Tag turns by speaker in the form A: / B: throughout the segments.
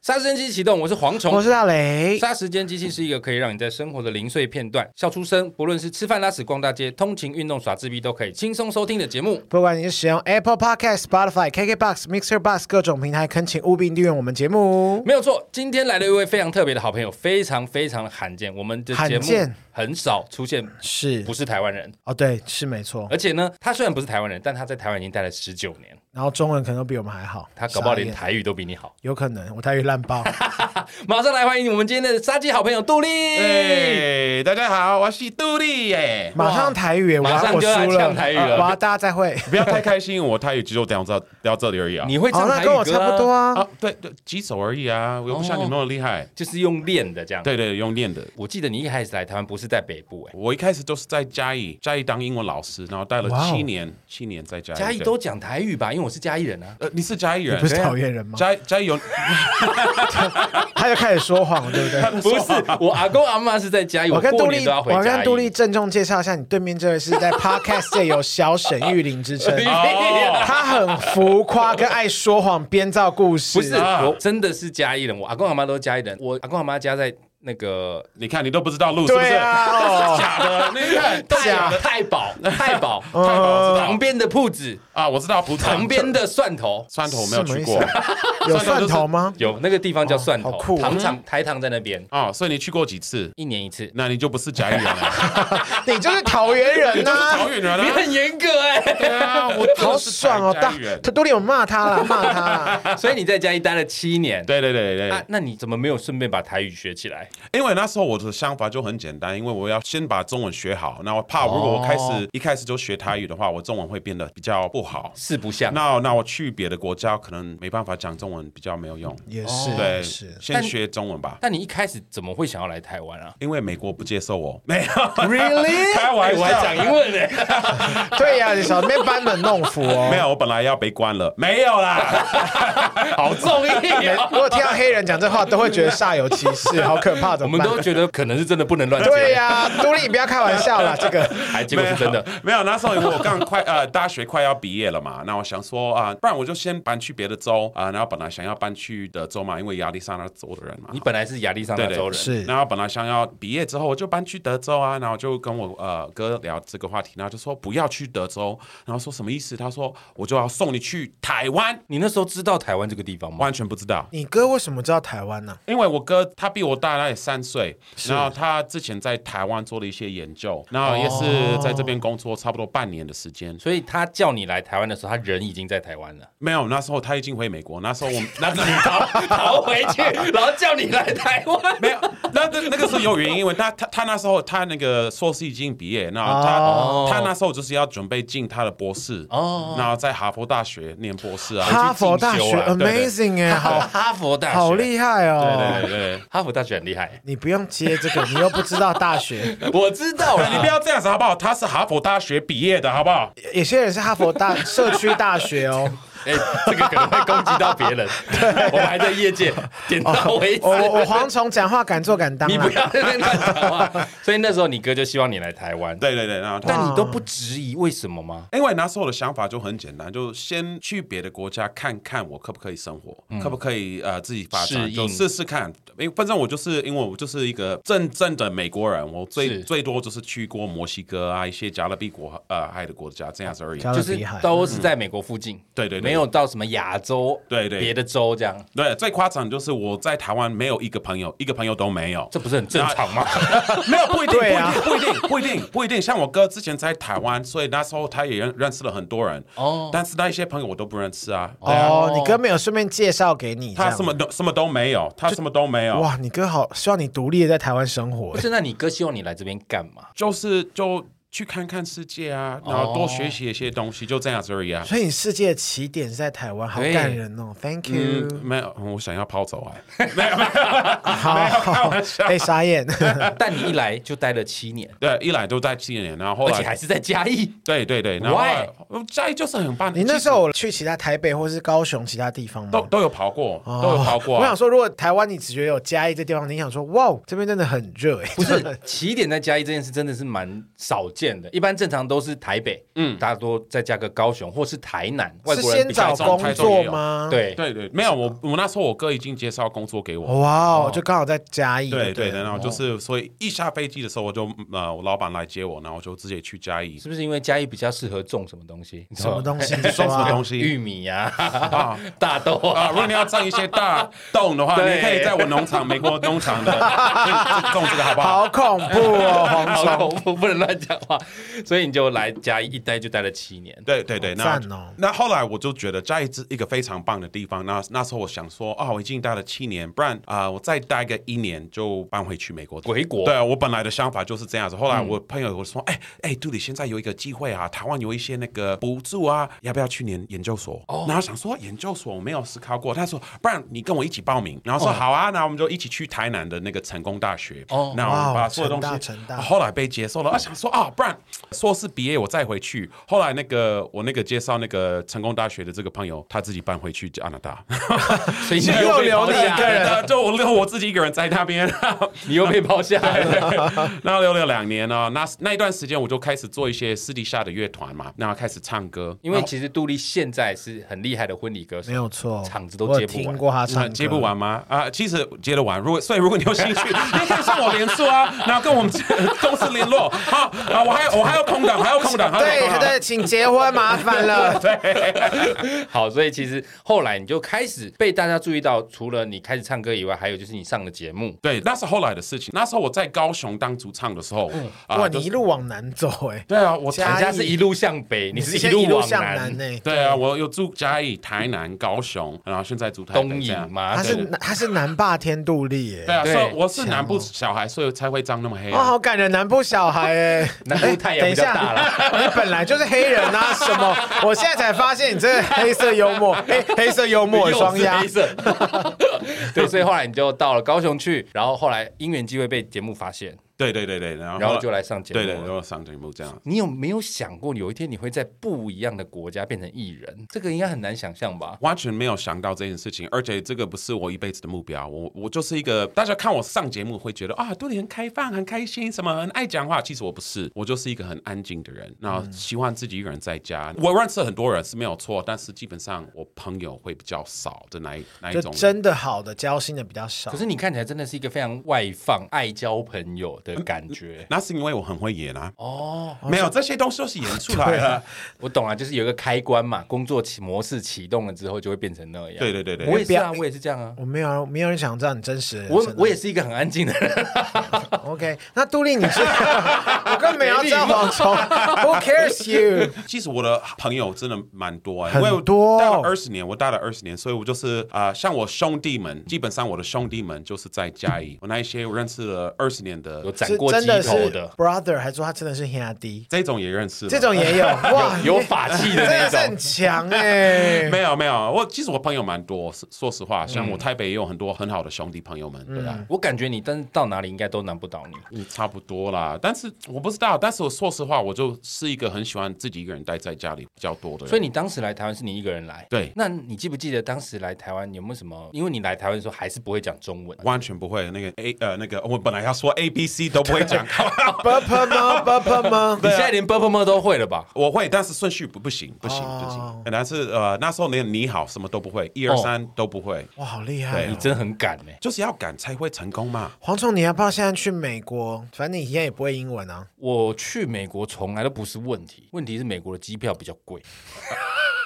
A: 杀时间机器启动，我是蝗虫
B: 我。是大雷，
A: 杀时间机器是一个可以让你在生活的零碎片段笑出声，不论是吃饭、拉屎、逛大街、通勤、运动、耍自闭，都可以轻松收听的节目。
B: 不管你是使用 Apple Podcast、Spotify、KKBox、Mixer Box 各种平台，恳请务必订阅我们节目。
A: 没有错，今天来了一位非常特别的好朋友，非常非常的罕见。我们的节
B: 罕
A: 目
B: 见
A: 很少出现
B: 是
A: 不是呃台湾人，
B: 哦，对，是没错。
A: 而且呢，他虽然不是台湾人，但他在台湾已经待了十九年，
B: 然后中文可能都比我们还好，
A: 他搞不好连
B: 傻眼
A: 台语都比你好。
B: 有可能我台语烂 爆。
A: 马上来欢迎我们今天的杀鸡好朋友杜丽。
C: 哎，大家好，我是杜丽耶。
B: 马上台语耶，我
A: 马上
B: 我
A: 就
B: 输
A: 要
B: 了，
A: 呛台语了
B: 哇，大家再会。
C: 不要太开心，我泰语只有到这到这里而已啊。
A: 你会
B: 哦
A: 唱，
B: 那
A: 台语
B: 跟我
A: 歌
B: 差不多
A: 啊，
B: 啊。哦
C: 啊，对对，几首而已啊，我又不像你们那么厉害。
A: 就是用练的这样。
C: 对对，用练的。
A: 我记得你一开始来台湾不是在北部、欸，
C: 我一开始都是在嘉义，嘉义当英文老师，然后待了
B: 哇哦
C: 七年，七年在嘉义。
A: 嘉义
C: 对
A: 都讲台语吧？因为我是嘉义人啊。
C: 呃，你是嘉义
B: 你
C: 人
B: 不？是讨厌人吗？
C: 嘉嘉义有
B: 他又开始说谎， 对不对？
A: 不是，我哦阿公阿妈是在嘉义，
B: 我跟
A: 过
B: 杜
A: 年
B: 丽，
A: 都要回
B: 我
A: 嘉
B: 跟
A: 义。
B: 杜丽郑重介绍一下，你对面这位是在 Podcast 界有小沈玉玲之 称，
A: 哦
B: 他很浮夸跟爱说谎，编造故事。
A: 不是，
C: 啊
A: 我真的是嘉义人，我阿公阿妈都是嘉义人，我阿公阿妈家在那个
C: 你看你都不知道路是不是？
B: 对啊，哦
C: 假 的，你看
A: 太太 保太保
C: 太
B: 哦
C: 好了，
A: 旁边的铺子，
C: 啊，我知道葡萄
A: 旁边的蒜头
C: 蒜头我没有去
B: 什
C: 过
B: 么意有蒜头吗？
A: 有那个地方叫蒜
B: 哦好
A: 头
B: 酷，哦
A: 糖厂台糖在那边，
C: 啊，所以你去过几次？
A: 一年一次，
C: 那你就不是嘉义 人了，
B: 你就是桃园人呐、
C: 桃园人
A: 你
C: 啊。
A: 很严格 哎，
C: 对啊，我真
B: 好
C: 的是
B: 爽哦！
C: 嘉
B: 大
C: 义人
B: 他。杜丽有骂他啦，骂他啦。
A: 所以你在嘉义待了七年。
C: 对对对对
A: 啊
C: 对，，
A: 那你怎么没有顺便把台语学起来？
C: 因为那时候我的想法就很简单，因为我要先把中文学好，那我怕如果我开始、
A: 哦
C: 一开始就学台语的话，我中文会变得比较不好。
A: 四不像。
C: 那那我去别的国家可能没办法讲中文，比较没有用。
B: 也是，
C: 对，
B: 也是
C: 先学中文吧，
A: 嗯但你一开始怎么会想要来台湾啊？
C: 因为美国不接 受我。没有，
B: ，really？
C: 开玩
A: 我还讲
C: 笑。
A: 英文呢、
B: 对呀、你小妹班门弄斧哦。
C: 没有，我本来要被关了，没有啦。
A: 好中意、哦。
B: 如果听到黑人讲这话，都会觉得煞有其事，好可怕，
A: 我
B: 怎么
A: 们
B: 办？
A: 都觉得可能是真的不能乱讲，
B: 对啊呀、杜丽，你不要开玩笑啦，这个
A: 还 结果是真的。
C: 没有，那时候我刚快 呃大学快要毕业了嘛，那我想说啊、不然我就先搬去别的州啊、然后本来想要搬去德州嘛，因为亚利桑那州的人嘛
A: 你。本来是亚利桑那州人，
B: 对对是
C: 然后本来想要毕业之后我就搬去德州啊，然后就跟我呃哥聊这个话题，然后就说不要去德州，然后说什么意思？他说我就要送你去台湾，
A: 你那时候知道台湾这个地方吗？
C: 完全不知道，
B: 你哥为什么知道台湾啊呢、
C: 因为我哥他比我大大概三岁，然后他之前在台湾做了一些研究，然后也是在这边工作差不多半年的时间。
A: 所以他叫你来台湾的时候，他人已经在台湾 了，
C: 没有，那时候他已经回美国，那时候我们那时候
A: 逃逃回去， 然后叫你来台湾。
C: 没有，那那那个时候有原因，因为他他他那时候他那个硕士已经毕业，那他、
B: 哦
C: 他那时候就是要准备进他的博士，
A: 哦
C: 哦，然后在哈佛大学念博士啊，
B: 哈佛大
A: 进
B: 学
A: 修啊
C: 对
B: amazing 哎，
A: 哈
B: 好
A: 哈佛大学，
B: 好厉害
A: 对
B: 哦！
A: 对 对，哈佛大学很厉害。
B: 你不用接这个，你又不知道大学。
A: 我知道了，
C: 你不要这样子好不好？他是哈佛大学毕业的好不好？
B: 有些人是哈佛大社区大学哦。
A: 哎、这个可能会攻击到别人。我们还在业界点到 为止。
B: 我哦我我蝗虫讲话敢做敢当啊
A: 你
B: 啦
A: 不。要在那边乱讲话。 所以那时候你哥就希望你来台湾，
C: 对对对，然后他。
A: 但你都
B: 嗯
A: 不质疑为什么吗？
C: 因为哎那时候的想法就很简单，就先去别的国家看看我可不可以生活，可不可以呃自己发
A: 嗯适
C: 展，
A: 应
C: 就试试看。因为反正我就是因为我就是一个真正的美国人，我
A: 是
C: 最最多就是去过墨西哥啊，一些加勒比国呃还有的国家这样子而已。
B: 加勒
A: 就
B: 比
A: 是
B: 海
A: 都是在美国附近，
C: 嗯对对对
A: 没有到什么亚洲，
C: 对对
A: 别的州这样，
C: 对，最夸张就是我在台湾没有一个朋友，一个朋友都没有。
A: 这不是很正常吗？
C: 没有不一定，
B: 对啊
C: 不一定，不一定，不一定，不一定。像我哥之前在台湾，所以那时候他也认认识了很多人。
A: 哦
C: 哦，但是那一些朋友我都不认识啊。对啊，
B: 哦，你哥没有顺便介绍给你，这
C: 他
B: 样
C: 什么都什么都没有，他什么都没有。
B: 哇，你哥好，希望你独立的在台湾生活
A: 不。是，那你哥希望你来这边干 嘛？
C: 就是就去看看世界啊，
B: 哦
C: 然后多学习一些东西，就这样子而已啊。
B: 所以你世界的起点是在台湾，好
A: 对
B: 感人哦，Thank
C: 嗯，
B: you。
C: 没有，我想要抛走啊。
B: 好，被傻眼。
A: 但你一来就待了七年，
C: 对，一来都在纪念，然后后
A: 而且还
C: 来
A: 是在嘉 义，
C: 对对对，然后后来我家里就是很棒。
B: 你那
C: 其实
B: 时候去其他台北或是高雄其他地方吗？
C: 都都有跑过，都有跑过
B: 哦我
C: 啊
B: 想。说，如果台湾你只觉得有嘉义这地方，你想说，哇，这边真的很热哎、
A: 不是起点在嘉义这件事真的是蛮少见的，一般正常都是台北，嗯，大多再加个高雄或是台南， 外
B: 是
A: 国人
B: 先
A: 比较
B: 找
A: 少
B: 工
C: 台中
B: 作
C: 也有
B: 吗？，
A: 对，
C: 对对，没有我我那时候我哥已经介绍工作给我，
B: 哇哦，就刚好在嘉义，对
C: 对
B: 哦
C: 对
B: 了，
C: 的，然后就是所以一下飞机的时候我就呃我老板来接我，然后我就直接去嘉义
A: 是不是因为嘉义比较适合种什么东西？你知
B: 什
A: 道吗
B: 么东西？啊
C: 种什么东
A: 玉
C: 西
A: 米呀、
C: 啊。
A: 大豆啊，
C: 啊，如果你要种一些大洞的话，
A: 对
C: 你可以在我农场，美国农场的种这个，好不好？
B: 好恐怖哦，黄
A: 好
B: 总，
A: 恐怖，不能乱讲话。所以你就来嘉义一待就待了七 年。
C: 对对对，那
B: 赞哦
C: 那后来我就觉得嘉义是一个非常棒的地方。那那时候我想说，啊，我已经待了七年，不然啊、我再待个一年就搬回去美国。
A: 回国
C: 对啊，我本来的想法就是这样子。后来我朋友我说，哎、哎，助理，现在有一个机会啊，台湾有一些那个补助啊，要不要去研研究所？哦，然后想说研究所我没有思考过，他说，不然你跟我一起报名。然后说、好啊，那我们就一起去台南的那个成功大学。
A: 哦
C: 哦，那我
B: 哇
C: 们把
B: 哦
C: 所有东
B: 成大
C: 西
B: 成大
C: 啊后来被接受了，啊，想说啊，不然硕士毕业我再回去。后来那个我那个介绍那个成功大学的这个朋友，他自己搬回去加拿大，
A: 所以你
B: 又
A: 被
B: 留
A: 抛
B: 你
A: 下
B: 一个人
C: 对 就我留我自己一个人在那边，
A: 你又被抛 下了。
C: 然后留了两年啊。那那一段时间我就开始做一些私底下的乐团嘛，然后开始唱歌，
A: 因为其实杜丽现在是很厉害的婚礼歌手，
B: 没有错，
A: 场子都
B: 我
A: 接
B: 有
A: 不完
B: 听过他唱
C: 那
B: 歌，
C: 呃接不完吗？啊，其实接得完。如果所以，如果你有兴趣，你可以上我脸书啊，然后跟我们 公司联络。好啊，我还有我还有空档，还有空档，还有
B: 对
C: 空档。
B: 对，请结婚麻 烦了。
A: 好，所以其实后来你就开始被大家注意到，除了你开始唱歌以外，还有就是你上了节目。
C: 对，那是后来的事情。那时候我在高雄当主唱的时候，
A: 嗯
C: 啊
B: 哇，
C: 就
B: 你一路往南走哎，
C: 对啊，我
B: 嘉
A: 人
B: 义
A: 家是一路向北，你是
B: 先
A: 一路往
B: 向南欸
A: 南，
B: 呢。
C: 对啊，我有住嘉义、台南、高雄，然后现在住台北
A: 东
C: 这
A: 引
C: 样。
A: 嘛，
B: 他是
A: 啊对
B: 南他是南霸天杜立欸
C: 对
B: 耶，
C: 啊，
A: 对哦哎
C: 所以我是南部小孩，所以才会长那么黑
B: 哇，
C: 啊。
B: 好感人，南部小孩哎，
A: 南部太阳比较
B: 哎
A: 大啦
B: 等一下你本来就是黑人啊，什么？我现在才发现你这个黑色幽 默，黑黑色幽默
A: 又是
B: 双压
A: 黑，色， 对，所以后来你就到了高雄去，然后后来因缘机会被节目发现，
C: 对对对对，然后
A: 然后就来上节目
C: 对对，
A: 了
C: 然后上节目这样。
A: 你有没有想过有一天你会在不一样的国家变成艺人？这个应该很难想象吧？
C: 完全没有想到这件事情，而且这个不是我一辈子的目标。我我就是一个大家看我上节目会觉得啊，对你很开放、很开心，什么很爱讲话。其实我不是，我就是一个很安静的人，然后喜欢自己一个人在家。我认识很多人是没有错，但是基本上我朋友会比较少的那一那一
B: 就
C: 种人。
B: 真的好的交心的比较少
A: 可。是你看起来真的是一个非常外放、爱交朋友的感 觉。
C: 那是因为我很会演啊，
A: 哦，
C: 没有这些东西都是演出来的。
A: 我懂了，啊就是有一个开关嘛，工作启模式启动了之后就会变成那样。
C: 对对对对
A: 我也是啊，
B: 不要
A: 我也是这样啊。
B: 我没有啊，没有人想知道你真实的人
A: 我
B: 生啊
A: 我也是一个很安静的人，
B: OK。那杜丽，你 是我根本没有知道蝗虫，Who cares you？
C: 其实我的朋友真的蛮多、欸，
B: 很
C: 因为我
B: 多
C: 待了二十年，我待了二十年，所以我就是啊、呃像我兄弟们，基本上我的兄弟们就是在嘉 义，我那一些我认识了二十年的
A: 有，斩
B: 是
A: 过
B: 真
A: 鸡
B: 的
A: 头
B: 是
A: 的，
B: brother，还说他真的是黑阿迪，
C: 这种也认识了，
B: 这种 也有哇，
A: 有
B: 你
A: 法器的
B: 真
A: 那
B: 的是
A: 种
B: 很。强 哎。
C: 没有没有，我其实我朋友蛮多，是说实话，像我台北也有很多很好的兄弟朋友们，对啊。
A: 我感觉你，但是到哪里应该都难不倒你。
C: 嗯，差不多啦，但是我不知道，但是我说实话，我就是一个很喜欢自己一个人待在家里比较多的人，
A: 所以你当时来台湾是你一个人来，
C: 对
A: 那你记不记得当时来台湾有没有什么？因为你来台湾的时候还是不会讲中文，
C: 完全不会那个 A 呃那个，我本来要说 A B C 都不会 讲，
B: Bubble 吗？Bubble
C: 啊
B: 吗？
A: 你现在连 b u r p l e 都会了吧？
C: 我会，但是顺序不不行，不行，
B: 哦
C: 不行。但是呃，那时候连你好什么都不会，一二三都不会，
B: 哇，好厉害
A: 你
B: 哦！
A: 真的很敢欸呢、
C: 就是要敢才会成功嘛。
B: 蝗虫，你要不要现在去美国？反正你现在也不会英文啊。
A: 我去美国从来都不是问题，问题是美国的机票比较贵。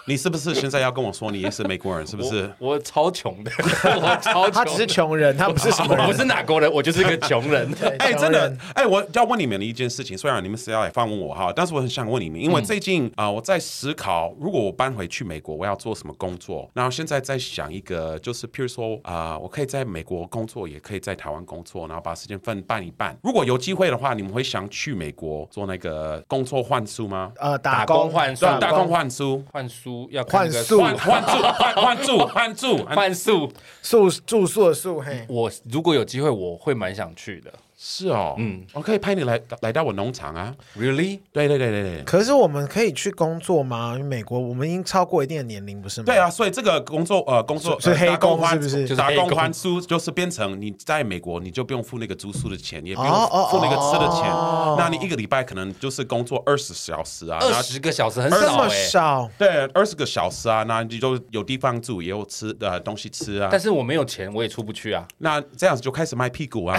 C: 你是不是现在要跟我说你也是美国人？是不是？
A: 我超穷的， 我超穷的，
B: 他只是穷人，他不是什么
A: 我不
B: 人。
A: 是哪国人，我就是一个穷 人。
B: 对
C: 哎、
B: 穷
C: 真的
B: 人，
C: 哎、我要问你们的一件事情，虽然你们是要来访问我哈，但是我很想问你们，因为最近啊、我在思考，如果我搬回去美国，我要做什么工作？然后现在在想一个，就是譬如说啊、我可以在美国工作，也可以在台湾工作，然后把时间分半一半。如果有机会的话，你们会想去美国做那个工作换宿吗？
B: 呃，打
A: 打工
B: 工
A: 换
C: 对
A: 算
C: 啊，大工换书，
A: 换书要看
B: 换
A: 那个
B: 宿
C: 换换住，换换住，换住。
A: 换宿，
B: 宿住宿的宿，嘿，
A: 我如果有机会，我会蛮想去的。
C: 是哦，嗯，我可以派你来来到我农场啊。
A: Really？
C: 对对对对对。
B: 可是我们可以去工作吗？因为美国我们已经超过一定的年龄，不是吗？
C: 对啊，，所以这个工作呃，工作
B: 是
C: 呃
B: 是黑
C: 打工
B: 工
C: 换
B: 是不是
A: 就是
C: 打
A: 黑
C: 工
A: 工
C: 换宿就是变成你在美国你就不用付那个住宿的钱，也不用
B: 哦哦
C: 付那个吃的钱。
B: 哦
C: 那你一个礼拜可能就是工作二十小时啊，
A: 二
C: 然后
A: 十个小时很
B: 这
A: 少
B: 么
A: 哎。
B: 少，
C: 对二十个小时啊，那你就有地方住，也有吃的、呃、东西吃啊
A: 但。是我没有钱，我也出不去 啊。
C: 那这样子就开始卖屁股啊，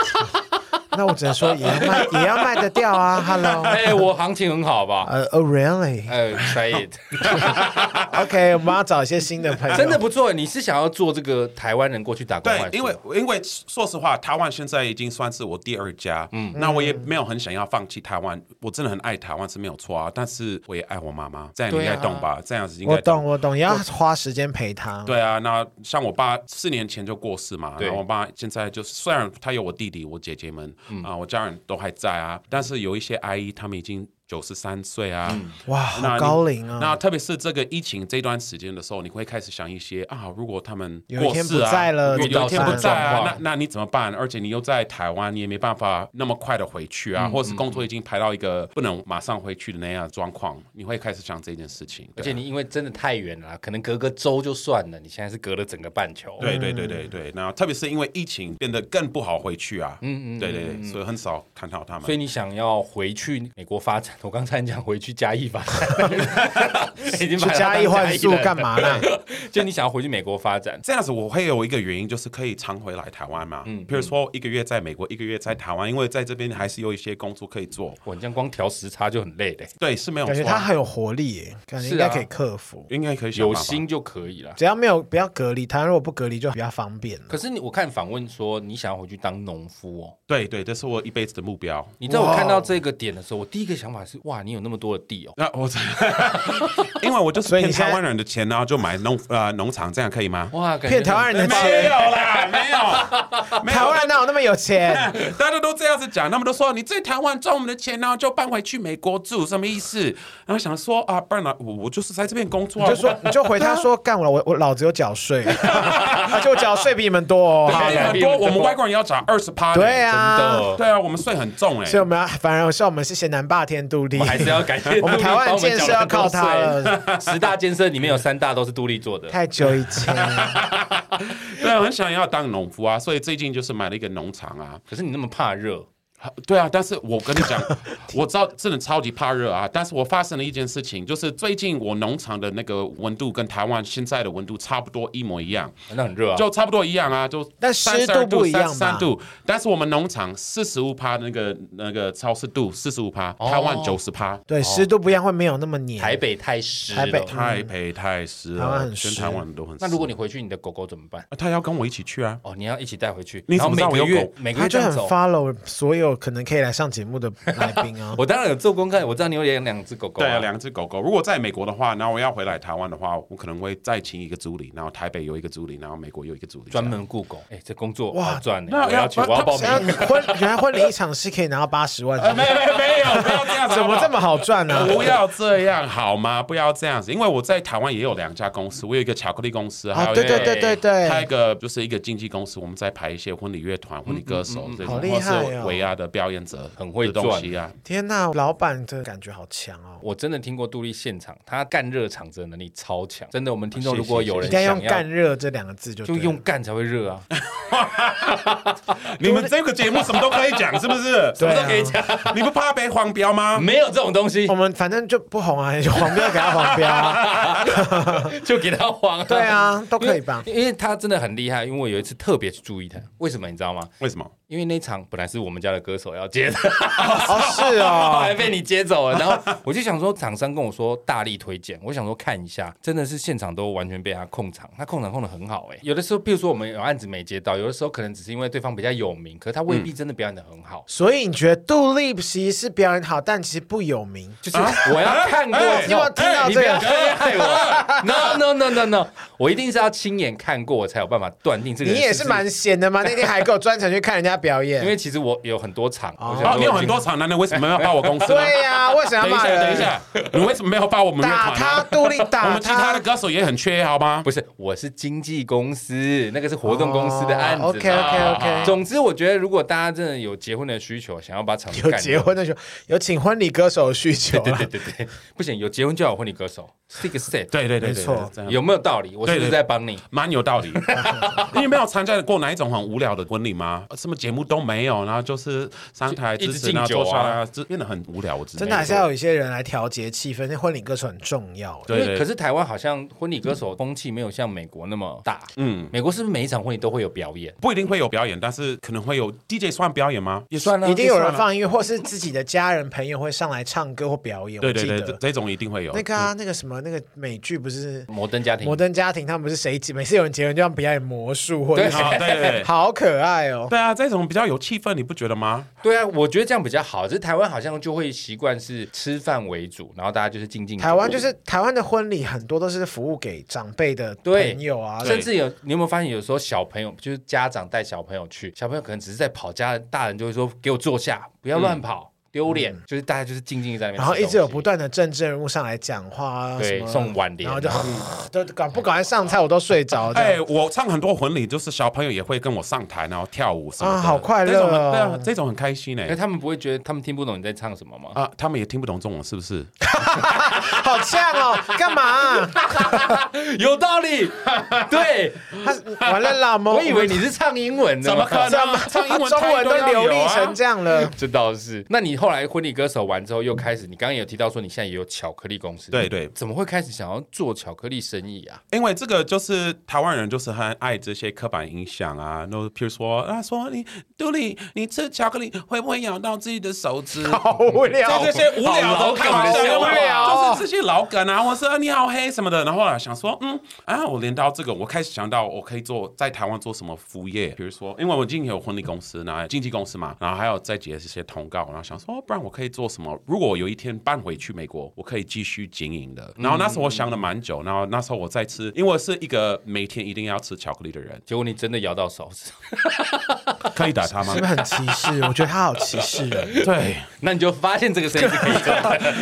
B: 那我只能说也要 卖，也要卖得掉 啊。Hello，
A: 哎，我行情很好吧？
B: 呃、o h really？OK，、
A: 呃，try it，
B: OK，我们要找一些新的朋友。
A: 真的不错。欸你是想要做这个台湾人过去打工
C: 对
A: 换，宿？
C: 因为因为说实话，台湾现在已经算是我第二家，嗯，那我也没有很想要放弃台湾，我真的很爱台湾是没有错啊，但是我也爱我妈妈，这样你应
A: 对
C: 该
A: 啊
C: 懂吧？这样子应该
B: 我懂，我懂，也要花时间陪他。
C: 对啊，那像我爸四年前就过世嘛，
A: 对
C: 然后我爸现在就是虽然他有我弟弟、我姐姐们啊、
B: 嗯
C: 我家人都还在啊，但是有一些阿姨他们已经九十三岁啊。
B: 嗯哇，
C: 那
B: 好
C: 你
B: 高龄啊！
C: 那特别是这个疫情这段时间的时候，你会开始想一些啊，如果他们
B: 有一
C: 过
B: 天
C: 世
B: 不
C: 啊，
B: 在了
C: 有
A: 遇到
C: 有一天
A: 什
C: 不
A: 么
C: 在啊
A: 状，
C: 那
A: 况
C: 那你怎么办？而且你又在台湾，你也没办法那么快的回去
B: 嗯
C: 啊，或者是工作已经排到一个不能马上回去的那样的状况，你会开始想这件事情。
A: 而
C: 对
B: 啊
A: 且你因为真的太远了啊，可能隔个州就算了，你现在是隔了整个半球。
C: 对对对对对，然后特别是因为疫情变得更不好回去啊，嗯嗯，对对对，所以很少看到他
A: 所以
C: 们。
A: 你想要回去美国发展？我刚才讲回去嘉义发展， 已经
B: 去
A: 把它
B: 嘉义
A: 当
B: 换
A: 义
B: 宿
A: 人
B: 干嘛呢？
A: 就你想要回去美国发展，
C: 这样子我会有一个原因，就是可以常回来台湾嘛。嗯，比如说一个月在美国，一个月在台湾，因为在这边还是有一些工作可以做。
A: 我这样光调时差就很累嘞，
C: 对，是没 有
B: 感觉
C: 错
B: 他
C: 啊，
B: 很有活力耶，感觉
A: 是
B: 应该
A: 啊
B: 可以克服。
C: 应该可以想
A: 有
C: 办法
A: 心就可以了。
B: 只要没有不要隔离，他如果不隔离就比较方便了。
A: 可是你我看访问说你想要回去当农夫哦，
C: 对对，这是我一辈子的目标。
A: 你知道我看到这个点的时候，我第一个想法是哇，你有那么多的地哦，
C: 那我，因为我 就是
B: 所以你
C: 骗
B: 现在
C: 台湾人的钱，然后就买农呃农场，这样可以吗？
A: 哇，感觉
B: 骗台湾人的
C: 没有
B: 哎钱，
C: 啦，没有，没有
B: 台湾哪有那么有 钱？
C: 大家都这样子讲，他们都说你在台湾赚我们的钱然后就搬回去美国住，什么意思？然后想说啊，不然呢，我我就是在这边工作、
B: 你
C: 啊，
B: 就说你就回他说干我我我老子有缴 税，而且我缴税比你们多
C: 我
B: 哦。
C: 对很多我们外国人要涨二十趴，
B: 对，啊，
A: 真的
C: 对啊，我们税很重哎、
B: 所以我们要反而是我们是贤南霸天独 立
A: 我，还是要感谢
B: 我们台湾建设要靠它了。
A: 十大建设里面有三大都是杜立做的，
B: 太久以前了
C: 对啊，很想要当农夫啊，所以最近就是买了一个农场啊，
A: 可是你那么怕热，
C: 对啊，但是我跟你 讲，我知道真的超级怕热啊。但是我发生了一件事情，就是最近我农场的那个温度跟台湾现在的温度差不多一模一样，
A: 那很热啊。
C: 就差不多一样啊，就
B: 但湿度不一样吧
C: 三度。但是我们农场四十五趴那个那个超湿度四十五趴，
A: 哦
C: 台湾九十趴。
B: 对湿度不一样会没有那么黏。
A: 台北太湿了。
B: 台北
C: 台北太湿
B: 台湾
C: 了，
B: 很湿
C: 全台湾都很湿。
A: 那如果你回去，你的狗狗怎么办？
C: 啊他要跟我一起去啊，
A: 哦，你要一起带回去，
C: 你
A: 然后
C: 怎么知
A: 每个
C: 道我有
A: 月
C: 狗
A: 每个
B: 他
A: 月这
B: 就
A: 样
B: 很
A: 走。。
B: follow 所有可能可以来上节目的来宾啊
A: 我当然有做功课，我知道你有养两只狗狗、
C: 对啊，两只狗狗。如果在美国的话，那我要回来台湾的话，我可能会再请一个助理，然后台北有一个助理，然后美国有一个助理，
A: 专门雇狗。哎、这工作
B: 哇
A: 好赚呢、
C: 那
A: 我要去，
C: 要
A: 我要报名。呃
B: 然后婚原来婚礼一场是可以拿到八十万，
C: 呃没有没有没有，不要这样子，
B: 怎么啊这么好赚呢
C: 好不好？？不要这样好吗？不要这样子，因为我在台湾也有两家公司，我有一个巧克力公司，还
B: 啊，
C: 有一
B: 对
C: 个
B: 对对对
C: 还有一
B: 对，
C: 个就是一个经纪公司，我们在排一些婚礼乐团、婚礼歌手这
B: 好
C: 种，
B: 厉
C: 或
B: 害哦
C: 是维亚的表演者，
A: 很会
C: 的东西啊。
B: 天呐，老板的感觉好强哦！
A: 我真的听过杜丽现场，她干热场子的能力超强，真的。我们听众
C: 啊谢谢
A: 如果有
B: 应
A: 人
B: 该
A: 想
B: 用“
A: 要，
B: 干热”这两个字就
A: 就
B: 对了
A: 用干才会热啊，
C: 你们这个节目什么都可以讲，是不是？
B: 对
A: 都
B: 啊
A: 可以讲，
C: 你不怕被黄标吗？
A: 没有这种东西
B: 我们反正就不红啊，黄标给他黄 标啊，
A: 就给他黄、
B: 对，啊，都可以吧？
A: 因为他真的很厉害，因为我有一次特别去注意他，为什么你知道吗？
C: 为什么？
A: 因为那场本来是我们家的歌手要接的，
B: 哦，是
A: 后
B: 哦
A: 来，被你接走了。然后我就想说，厂商跟我说大力推荐，我想说看一下，真的是现场都完全被他控场，他控场控的很好哎、有的时候，比如说我们有案子没接到，有的时候可能只是因为对方比较有名，可是他未
B: 嗯
A: 必真的表演的很好。
B: 所以你觉得杜丽其实是表演好，但其实不有名，
A: 就是我要看过之后，
B: 啊哎哎哎
A: 你不要害我。No no no no no，我一定是要亲眼看过，我才有办法断定这个
B: 你
A: 人
B: 也
A: 是
B: 是
A: 不是
B: 蛮闲 的嘛，那天还给我专程去看人家表演。
A: 因为其实我有很多场，
B: 哦
A: 我
C: 哦
A: 想，
C: 你有很多场，那你为什么要报我公司呢？
B: 对呀、为什么
C: 等
B: 要
C: 一
B: 骂
C: 下，
B: 人？
C: 啊等一，下，你为什么没有报我们乐
B: 打
C: 团
B: 他，
C: 呢？
B: 杜 立打
C: 我们其他的歌手也很缺，好吗？
A: 不是，我是经纪公司，那个是活动公司的
B: 哦
A: 案子啦。
B: OK OK OK。
A: 总之，我觉得如果大家真的有结婚的需求，想要把场子
B: 有
A: 干
B: 结婚的需求，有请婚礼歌手的需求
A: 掉，
B: 啊。
A: 对对对对对，不行，有结婚就要有婚礼歌手，是一个 set，
C: 对对对，
B: 没
C: 对
B: 错，
C: 这样
A: 有没有道理？我是不
C: 对
A: 是
C: 对
A: 在帮你？
C: 蛮 有道理。你有没有参加过哪一种很无聊的婚礼吗？什么节目都没有，然后就是上台
A: 就一
C: 支
A: 直
C: 持，然后
A: 敬酒啊
C: 坐下来，这变得很无聊。我知道
B: 真的还是要有一些人来调节气氛，那婚礼歌手很重要。啊
C: 对啊
A: 因为可是台湾好像婚礼歌手风气没有像美国那么大。
C: 嗯，
A: 美国是不是每一场婚礼都会有表演？
C: 不一定会有表演，但是可能会有 DJ 算表演吗？
A: 也算啊
B: 一定有人
A: 就算啊
B: 放音乐，或是自己的家人朋友会上来唱歌或表演。
C: 对对
B: 我
C: 对，
B: 记
C: 这
B: 得
C: 这种一定会有
B: 那。个啊，那个什么，那个美剧不是
A: 摩登家
B: 《
A: 庭
B: 摩。登家庭》，他们不是谁每次有人结婚就要表演魔术，或者
A: 对
B: 是
C: 啊，对对对。
B: 好可爱哦。
C: 对啊，这种比较有气氛，你不觉得吗？
A: 对啊，我觉得这样比较好。只是台湾好像就会习惯是吃饭为主，然后大家就是静静地。
B: 台湾就是台湾的婚礼很多都是服务给长辈的
A: 对
B: 朋友啊，
C: 对
A: 甚至有你有没有发现，有时候小朋友就是家长带小朋友去，小朋友可能只是在跑，家人大人就会说给我坐下，不要乱跑，
C: 嗯
A: 丢脸。就是大家就是静静地在那边吃东
B: 然后
A: 西，
B: 一直有不断的政治人物上来讲话啊，什
A: 对
B: 么
A: 送碗莲
B: 然后就嗯都赶不赶快上菜，我都睡着这样。
C: 啊哎、我唱很多婚礼，就是小朋友也会跟我上台，然后跳舞什么的，
B: 啊好快乐哦
C: 这种很对啊，这种很开心哎、
A: 哎，他们不会觉得他们听不懂你在唱什么吗？
C: 啊，他们也听不懂中文，是不是？
B: 好呛哦，干嘛啊、
A: 有道理， 对
B: 他完了啦，我们
A: 我以为你是唱英文的，
C: 怎么可能
B: 怎么
C: 唱英 文
B: 中文都流
C: 太多要有
B: 利
C: 啊
B: 成这样了。
A: 这倒是。那你后来婚礼歌手完之后，又开始，你刚刚也有提到说你现在也有巧克力公司，
C: 对对
A: 怎么会开始想要做巧克力生意啊？
C: 因为这个就是台湾人就是很爱这些刻板印象啊，然后譬如说啊，说你杜丽，你吃巧克力会不会咬到自己的手 指？
B: 好无聊
C: 就，这些无聊的开玩笑啊
B: 好
C: 嘛
B: 无聊哦
C: 就是这些老梗啊，或是啊你好黑什么的。然后后来想说，嗯啊，我连到这个，我开始想到我可以做在台湾做什么服务业，比如说，因为我已经有婚礼公司，然后经纪公司嘛，然后还有再接这些通告，然后想说，不然我可以做什么？如果我有一天搬回去美国，我可以继续经营的。然后那时候我想了蛮久，然后那时候我在吃，因为我是一个每天一定要吃巧克力的人，
A: 结果你真的摇到手指，
C: 可以打他吗
B: 是不？是很歧视？我觉得他好歧视 人。
C: 对，
A: 那你就发现这个生意是可以做 的。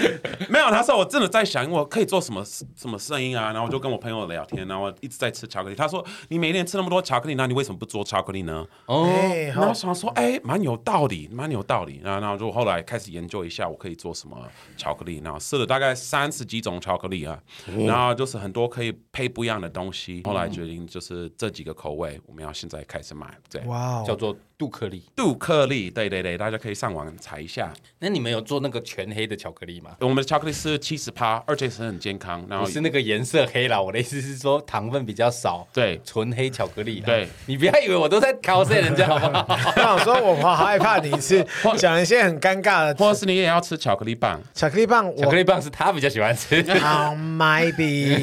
C: 没有，那时候我真的在想，我可以做什么什么声音啊？然后我就跟我朋友聊天，然后一直在吃巧克力。他说：“你每天吃那么多巧克力，那你为什么不做巧克力呢
A: 哦，
B: 哎，？”
C: 然后
B: 好
C: 我，想说，哎，蛮有道理，蛮有道理。然后，然后就后来开始研究一下，我可以做什么巧克力。然后试了大概三十几种巧克力啊，然后就是很多可以配不一样的东西。后来决定就是这几个口味，我们要现在开始买。对，
B: 哇
A: 叫
B: 哦，
A: 做杜克力。
C: 杜克力，对对对，大家可以上网查一下。
A: 那你们有做那个全黑的巧克力吗？
C: 我们的巧克力是七十趴，而且是很健康。然
A: 不
C: 后
A: 是那个颜色黑啦，我的意思是说糖分比较少，
C: 对
A: 纯黑巧克力啦。
C: 对
A: 你不要以为我都在考试人家好不好？
B: 我想说，我好害怕你是讲一些很尴尬的
C: 或者是你也要吃巧克力棒，
B: 巧克力棒，
A: 巧
B: 我
A: 克力棒是他比较喜欢 吃，
B: 好 maybe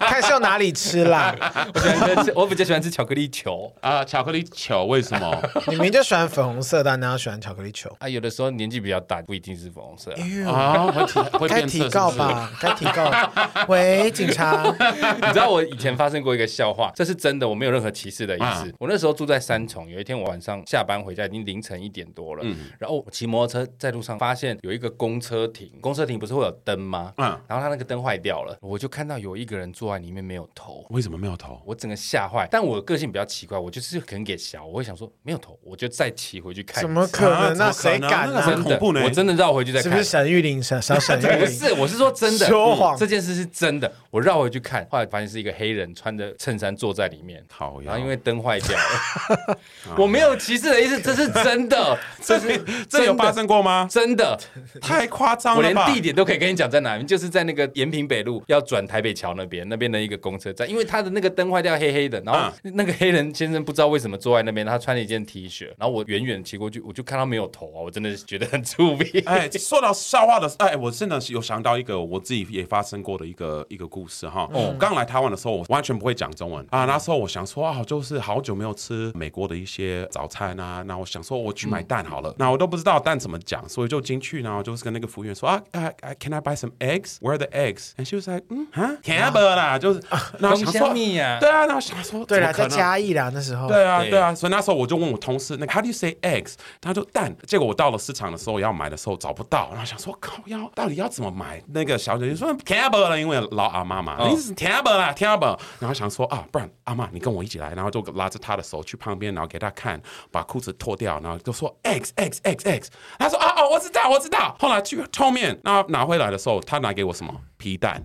B: 看是要哪里吃 啦？
A: 我喜欢吃，我比较喜欢吃巧克力球
C: 啊、巧克力球为 什么？
B: 你明明就喜欢粉红色的，但哪有喜欢巧克力球？
A: 啊。有的时候年纪比较大，不一定是粉红色啊、
C: 啊，会提会
B: 该
C: 变色
B: 提告
C: 是不哎是？
B: 吧，该提 告。喂，警察，
A: 你知道我以前发生过一个笑话，这是真的，我没有任何歧视的意思。
C: 啊
A: 我那时候住在三重，有一天我晚上下班回家已经凌晨一点多了，
C: 嗯
A: 然后我骑摩托车在路上发现有一个公车亭，公车亭不是会有灯吗？
C: 嗯
A: 然后它那个灯坏掉了，我就看到有一个人坐在里面没有头。
C: 为什么没有头？
A: 我整个吓坏，但我个性比较奇怪，我就是可能给小，我会想说没有头，我就再骑回去看一次。
B: 怎么可能？
C: 啊怎
B: 那
C: 么
B: 谁
C: 可能
B: 敢
C: 那个
B: 啊
C: 很？
A: 真的
C: 恐怖呢
A: 我真的绕回去再
B: 是
A: 看。
B: 不是沈玉玲沈小沈
A: 不
B: 玉玲？
A: 是，我是说真的，
B: 说谎
A: 嗯这件事是真的。我绕回去看，后来发现是一个黑人穿着衬衫坐在里面，
C: 好呀
A: 然后因为灯坏掉了，我没有歧视的意思，这是真的，这是
C: 这
A: 真
C: 有
A: 的
C: 发生过吗？
A: 真的，
C: 太夸张
A: 我连
C: 了吧！
A: 地点都可以跟你讲在哪里，就是在那个延平北路要转台北桥那边，那边的一个公车站，因为他的那个灯坏掉，黑黑的，然后那个黑人先生不知道为什么坐在那边，他穿了一件 T 恤，然后我远远骑过去，我就看他没有头啊，我真的是觉得很触鼻。
C: 哎，说到笑话的，哎，我真的是有想到一个我自己也发生过的一个一个故事哈。哦，刚来台湾的时候，我完全不会讲中文啊。那时候我想说啊，就是好久没有吃美国的一些早餐啊，那我想说我去买蛋好了，那我都不知道蛋怎么讲，所以就进去，然后就是跟那个服务员说啊啊啊，Can I buy some eggs? Where are the eggs? And she was like，嗯啊，Can I 啦，就是然后想
A: 公
C: 说
A: 虾米呀
C: 对啊，然后想说
B: 对
C: 怎么
B: 啦，
C: 可
B: 在
C: 能
B: 嘉义啦，那时候。
C: 对啊，
A: 对
C: 对啊，所以那时候我就问我同事，那个 How do you say eggs？他就蛋。结果我到了市场的时候要买的时候找不到，然后想说靠要到底要怎么买？那个小姐就说 t a b l 了，因为老阿妈嘛，
A: 哦
C: 你是 t a b l 啦 t a b l 然后想说啊，不然阿妈你跟我一起来，然后就拉着她的手去旁边，然后给她看，把裤子脱掉，然后就说 eggs eggs eggs eggs。她说啊哦，我知道我知道。后来去后面那拿回来的时候，她拿给我什么皮蛋？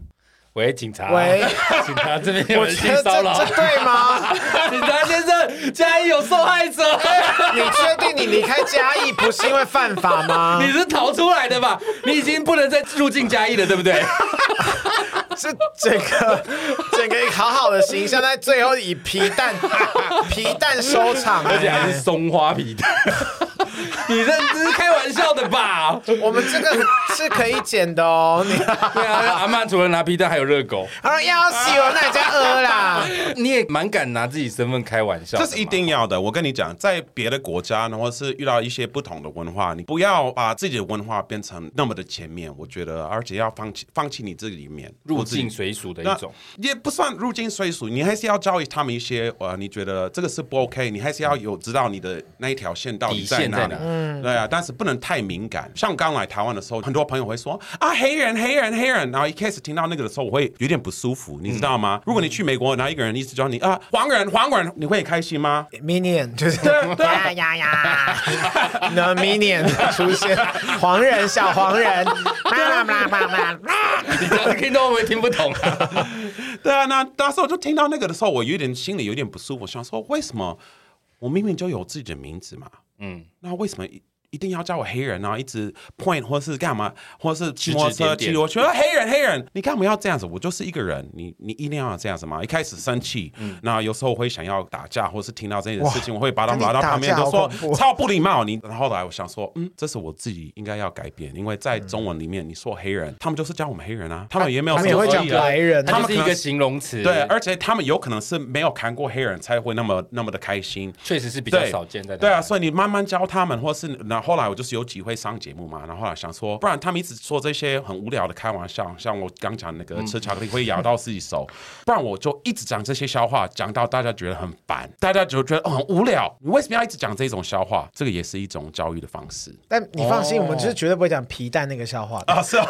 A: 喂，警察，
B: 喂，
A: 警察这边有
B: 我
A: 人
B: 觉
A: 性
B: 得
A: 骚扰
B: 这，这对吗？
A: 警察先生，嘉义有受害者，
B: 你确定你离开嘉义不是因为犯法 吗？
A: 你是逃出来的吧？你已经不能再入境嘉义了，对不对？
B: 是整个整个好好的形象，在最后以皮 蛋皮蛋收场、
C: 哎
A: 而且还是松花皮的， 你这这是开玩笑的吧？ 对
B: 我们这个是可以剪的哦。你
A: 啊，阿曼除了拿皮蛋，还有热狗，
B: 他说要死我，那你家饿 啦。
A: 你也蛮敢拿自己身份开玩笑的
C: 这
A: 嘛，
C: 是一定要的。我跟你讲，在别的国家，然后是遇到一些不同的文化，你不要把自己的文化变成那么的前面。我觉得，而且要放弃放弃你这里面
A: 入境水俗的
C: 那
A: 一种。
C: 也不算入境随俗，你还是要教育他们一些呃，你觉得这个是不 OK，你还是要有知道你的那一条线到底
A: 底线
C: 哪
A: 在
C: 里
A: 哪。
C: 嗯，对啊，但是不能太敏感。像刚来台湾的时候，很多朋友会说啊黑人黑人黑人，然后一开始听到那个的时候，我会有点不舒服，你知道
A: 嗯
C: 吗？如果你去美国，然后一个人一直叫你啊黄人黄人，你会很开心吗？
B: Minion 就是
C: 对对
B: 呀呀呀， 那 Minion 出现黄人小黄 人，啦啦啦啦啦啦
A: 你这样 听懂我也听不懂啊。
C: 对啊，那那时候就听到那个的时候，我有点心里有点不舒服，想说为什么我明明就有自己的名字嘛，嗯，那为什么一一定要叫我黑人呢、啊一直 point 或是干嘛，或是骑摩托车
A: 指指点点
C: 骑我觉得黑人黑人，你干嘛要这样子？我就是一个人，你你一定要这样子吗？一开始生气，
B: 嗯
C: 那有时候会想要打架，或是听到这些事情，我会把他们拉到旁边，
B: 跟
C: 就
B: 你打架好
C: 说
B: 恐怖
C: 超不礼貌。你然后后来我想说，嗯，这是我自己应该要改变，因为在中文里面你说黑人，他们就是叫我们黑人啊，他们也没有
B: 他们也会
C: 什
B: 讲
C: 么恶意啊
B: 白人
A: 它
C: 他
A: 就是
C: 们可
A: 一
C: 能
A: 个形容词，
C: 对，而且他们有可能是没有看过黑人才会那么那么的开心。
A: 确实是比较
C: 对，
A: 少见在台
C: 对
A: 湾
C: 啊，所以你慢慢教他们，或是那后来我就是有机会上节目嘛，然后后来想说，不然他们一直说这些很无聊的开玩笑，像我刚讲那个吃巧克力会咬到自己手， 不然我就一直讲这些笑话，讲到大家觉得很烦，大家就觉得、哦、很无聊，你为什么要一直讲这种笑话？这个也是一种教育的方式
B: 但你放心，
A: 哦
B: 我们就是绝对不会讲皮蛋那个笑话的，
C: 啊，是啊，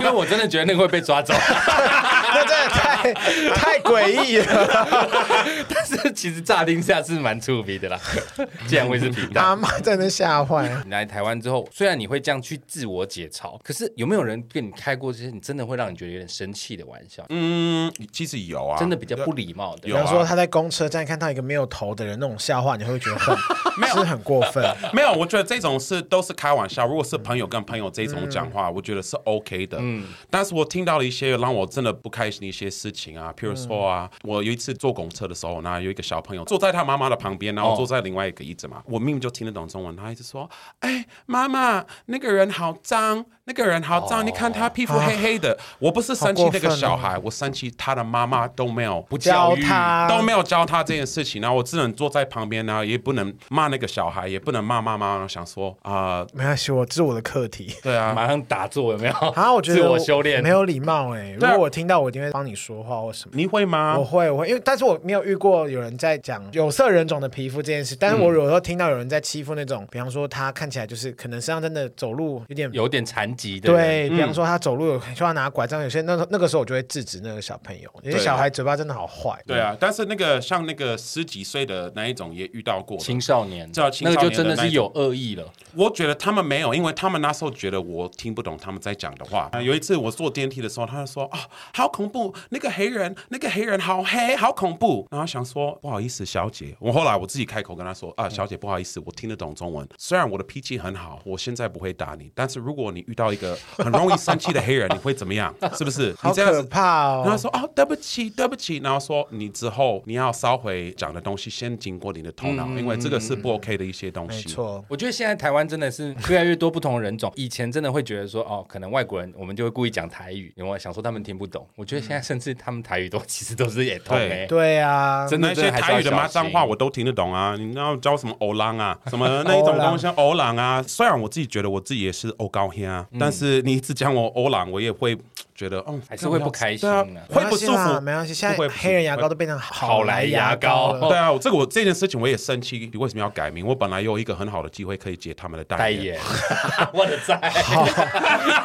A: 因为我真的觉得那个会被抓走。
B: 那真的太太诡异 了。
A: 但是其实乍听下是蛮触鼻的啦， 竟然会是皮蛋。
B: 阿妈真的吓坏了。
A: 你来台湾之后，虽然你会这样去自我解嘲，可是有没有人跟你开过这些你真的会让你觉得有点生气的玩笑？
C: 嗯，其实有啊，
A: 真的比较不礼貌的。
B: 比
C: 有啊
B: 方说他在公车站看到一个没有头的人那种笑话，你会不会觉得 很没有很过分？
C: 没有，我觉得这种是都是开玩笑。如果是朋友跟朋友这种讲话，我觉得是 OK 的。嗯，但是我听到了一些让我真的不开心的一些事情啊，譬如说啊，我有一次坐公车的时候，那有一个小朋友坐在他妈妈的旁边，然后我坐在另外一个椅子嘛，我明明就听得懂中文，他一直说：“哎，妈妈，那个人好脏，那个人好脏，你看他皮肤黑黑的。”我不是生气那个小孩，我生气他的妈妈都没有不
B: 教
C: 教育
B: 他
C: 都没有教他这件事情，然后我只能坐在旁边，然后也不能骂那个小孩，也不能骂妈妈，然后想说啊、
B: 没关系，我这是我的课题。
C: 对啊，
A: 马上打坐 有没有？
B: 啊，我觉得
A: 自我修炼
B: 没有礼貌哎、如
C: 对啊
B: 果我听到，我一定会帮你说话或什么。
C: 你会吗
B: 我？会，我会，因为但是我没有遇过有人在讲有色人种的皮肤这件事，但是我有时候听到有人在欺负那种，比方说他看起来就是可能身上真的走路有点
A: 有点残疾的人，
B: 对，比
C: 嗯
B: 方说他走路有需要拿拐杖，有些那时候那个时候我就会制止那个小朋友，有些
C: 对
B: 小孩嘴巴真的好坏。
C: 对啊，但是那个像那个十几岁的那一种也遇到过的，
A: 青少年，
C: 叫青
A: 那个
C: 少
A: 就
C: 年
A: 真的
C: 的那
A: 是
C: 一
A: 有恶意了。
C: 我觉得他们没有，因为他们那时候觉得我听不懂他们在讲的话。有一次我坐电梯的时候，他就说啊、好恐怖，那个黑人，那个黑人好黑，好恐怖。然后想说不好意思，小姐。我后来我自己开口跟他说
B: 嗯
C: 啊，小姐不好意思，我听得懂中文，虽然我的脾气很好，我现在不会打你，但是如果你遇到一个很容易生气的黑人，你会怎么样？是 不是？
B: 好
C: 你这样
B: 可
C: 子
B: 怕
C: 然后
B: 哦！
C: 说哦，对不起，对不起，然后说你之后你要烧毁讲的东西先经过你的头
B: 嗯
C: 脑，因为这个是不 OK 的一些东
B: 没
C: 西。
B: 错，
A: 我觉得现在台湾真的是越来越多不同的人 种。以前真的会觉得说，哦，可能外国人我们就会故意讲台语，因为想说他们听不懂。我觉得现在甚至他们台语都其实都是也通
C: 对
A: 哎，
B: 对啊，
A: 真的
C: 那些台语的骂脏话
A: 我
C: 我都听得懂啊，你要教什么欧 郎啊，什么那一种东西，像欧郎啊。虽然我自己觉得我自己也是欧高兄啊，但是你一直讲我欧郎，我也会觉得，哦，
A: 嗯还是会不开心
C: 对啊
A: 啊，
C: 会不
B: 没关系
C: 舒服
B: 啦，没关系。现
C: 不会
B: 在
C: 不舒服
B: 黑人牙膏都变成好莱牙膏
A: 好莱 牙膏
B: 了，
C: 对啊，我这个我这件事情我也生气，你为什么要改名？我本来有一个很好的机会可以接他们的代
A: 代
C: 言，
A: 言， 我的在，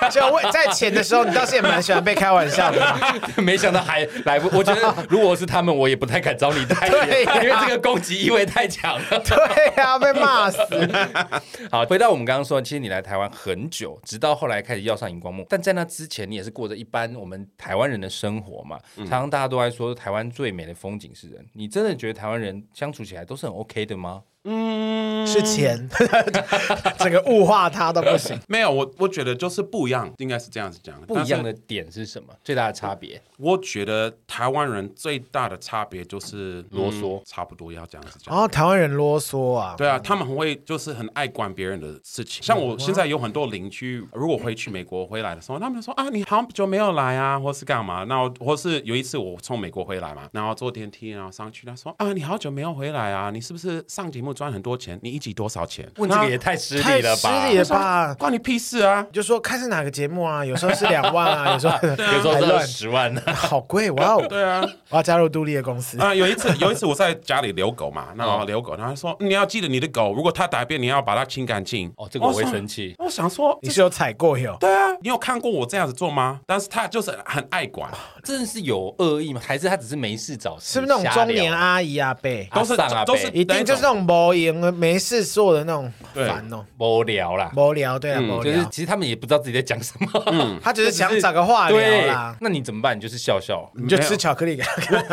B: 就我在前的时候，你倒是也蛮喜欢被开玩笑的。
A: 没想到还来不， 我觉得如果是他们，我也不太敢找你代 言
B: 对，呀
A: 因为这个攻击意味太强了。
B: 对啊，被骂死。
A: 好，回到我们刚刚说，其实你来台湾很久，直到后来开始要上荧光幕，但在那之前，你也是过着一般我们台湾人的生活嘛。常常大家都在说台湾最美的风景是人，你真的觉得台湾人相处起来都是很 OK 的吗？
B: 是钱， 整个物化他都不行。
C: 没有我我觉得就是不一样，应该是这样子讲，
A: 不一样
C: 但是
A: 的点是什么？最大的差别？
C: 我觉得台湾人最大的差别就是
A: 啰嗦
C: 嗯差不多要这样子讲
B: 然。后哦台湾人啰嗦啊，
C: 对啊，
A: 嗯
C: 他们很会，就是很爱管别人的事情。像我现在有很多邻居，如果回去美国回来的时候，他们就说啊，你好久没有来啊，或是干嘛？那我或是有一次我从美国回来嘛，然后坐电梯然后上去，他说啊，你好久没有回来啊，你是不是上节目赚很多钱？你一集多少钱？
A: 问这个也太失礼了吧？
B: 太失礼了
C: 啊，
B: 吧？
C: 关你屁事啊！
B: 就说看是哪个节目啊，有时候是两 万啊，有时候
A: 有时候
B: 还
A: 是二
B: 乱，
A: 十万呢、
B: 好贵哇哦！
C: 对啊，
B: 我要加入杜丽的公司，
C: 啊，有一次，有一次我在家里遛狗 嘛，然后遛狗，然后他说嗯你要记得你的狗，如果它大便，你要把它清干净。
A: 哦这个我会
C: 想
A: 生气
C: 我想说，
B: 你是有踩过哟？
C: 对啊，你有看过我这样子做吗？但是他就是很爱管，
A: 真的是有恶意吗？还是他只是没事找事？
B: 是不是那种中年
A: 瞎聊？
B: 阿姨啊？贝，
C: 都是
A: 阿丧啊
C: 都是
A: 北
B: 一定就是那种无用、没事做的那种
C: 对
B: 烦哦，
A: 无聊啦，
B: 无聊对啊，无
A: 嗯就是
B: 聊。
A: 其实他们也不知道自己在讲什么，
B: 他只是想找个话聊
A: 对
B: 啦，，
A: 那你怎么办？你就是笑 笑，
B: 你就吃巧克力给他看。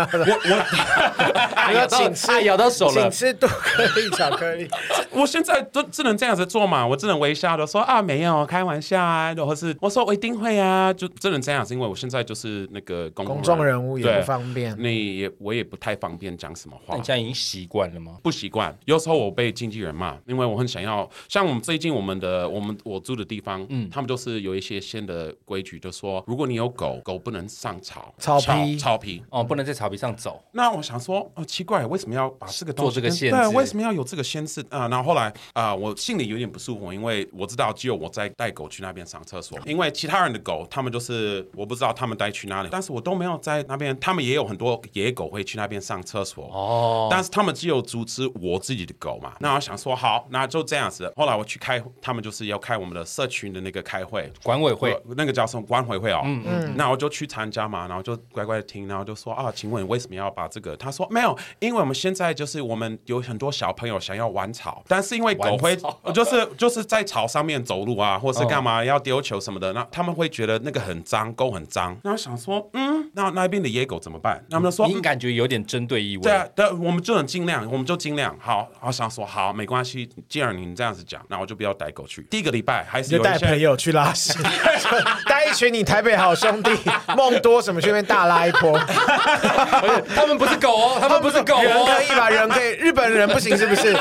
A: 啊
B: 要
A: 咬到
B: 哎请吃
A: 啊咬到手
B: 请
A: 了，
B: 吃杜克力巧克力。
C: 我现在都只能这样子做嘛，我只能微笑的说啊没有开玩笑啊，然后是我说我一定会啊，就只能这样子，因为我现在就是那个公
B: 公众人物也
C: 对
B: 不方便
C: 你也我也不太方便讲什么
A: 哦那
C: 话
A: 你。现在已经习惯了吗？
C: 不习惯，有时候我被经纪人骂，因为我很想要像我们最近我们的我们我住的地方，嗯，他们就是有一些新的规矩，就说如果你有狗，狗不能上草
B: 草
C: 皮
B: 皮
C: 草皮，
A: 哦，不能在草皮上走，
C: 那我想说，哦，奇怪，为什么要把这个东西
A: 做这个
C: 跟
A: 限
C: 对，
A: 制
C: 为什么要有这个限制啊、然后后来啊、我心里有点不舒服，因为我知道只有我在带狗去那边上厕所，因为其他人的狗，他们就是我不知道他们带去哪里，但是我都没有在那边，他们也有很多野狗会去那边上厕所哦，但是他们只有阻止我自己的狗嘛。那我想说，好，那就这样子。后来我去开，他们就是要开我们的社群的那个开会，
A: 管委会。
C: 呃那个叫什么管委会哦，嗯嗯，那我就去参加嘛，然后就乖乖地听，然后就说啊，请问你为什么要把这个？他说没有，因为我们现在就是我们有很多小朋友想要玩草，但是因为狗会就是 就是在草上面走路啊，或是干嘛要丢球什么的，那他们会觉得那个很脏，狗很脏。那我想说，嗯，那那边的野狗怎么办？他们就说，
A: 你
C: 嗯
A: 感觉有点针啊对意味，
C: 对啊，对，我们就能尽量，我们就尽量。好，我想说，好，没关系，既然你这样子讲，那我就不要带狗去。第一个礼拜还
B: 你
C: 是有
B: 就带
C: 一些
B: 朋友去拉屎， 带一群你台北好兄弟梦多什么去那边大拉一波，
A: 而且哎他们不是狗哦，他们不是狗
B: 人可以
A: 哦，
B: 吧？人可以，日本人不行是不是？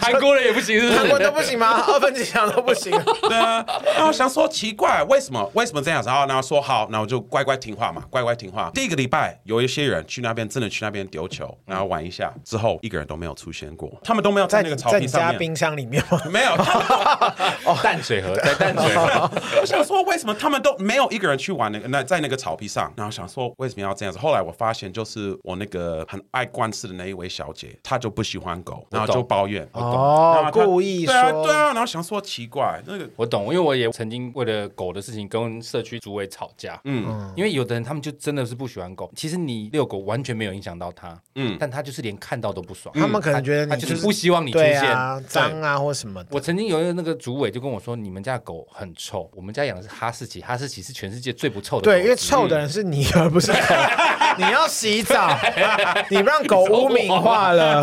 A: 韩国人也不行，是
B: 韩
A: 不
B: 国都
A: 是？
B: 不行吗？二分之强都不行，
C: 对啊，然后想说奇怪，为什么为什么这样子？然后然后说好，那我就乖乖听话嘛，乖乖听话。第一个礼拜有一些人去那边，真的去那边丢球，然后玩一下，之后一个人都没有出现过，他们都没有在
B: 在
C: 那个草
B: 在
C: 皮
B: 你
C: 上
B: 家
C: 面。
B: 冰箱里面吗？
C: 没有，他们
A: 哦淡水河在淡水河，
C: 我想说为什么他们都没有一个人去玩那个那在那个草皮上，然后想说为什么要这样子？后来我发现就是我那个很爱惯事的那一位小姐，她就不喜欢狗，然后就抱怨，然
B: 哦
C: 后，她
B: 故意
C: 对啊对
B: 说。
C: 啊，然后想说奇怪那个。
A: 我懂，因为我也曾经为了狗的事情跟社区主委吵架。嗯，因为有的人他们就真的是不喜欢狗，其实你遛狗完全没有影响到他，嗯，但他就是连看到都不爽，
B: 他们可能觉得
A: 他
B: 你
A: 就
B: 就是
A: 不希望你出
B: 对
A: 现。
B: 啊，脏啊或什么的。
A: 我曾经有一个那个主委就跟我说，你们家的狗很臭，我们家养的是哈士奇，哈士奇是全世界最不臭的狗。
B: 对，因为臭的人是你，而不是狗。你要洗澡，你让狗污名化了。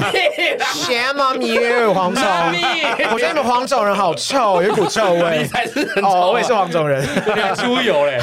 B: Shame on you，黄种。
A: 妈咪
B: 我觉得你们黄种人好臭，有一股臭
A: 你
B: 味。
A: 才是 很丑啊
B: 哦，我也是 黄种人。
A: 你还出啊油嘞，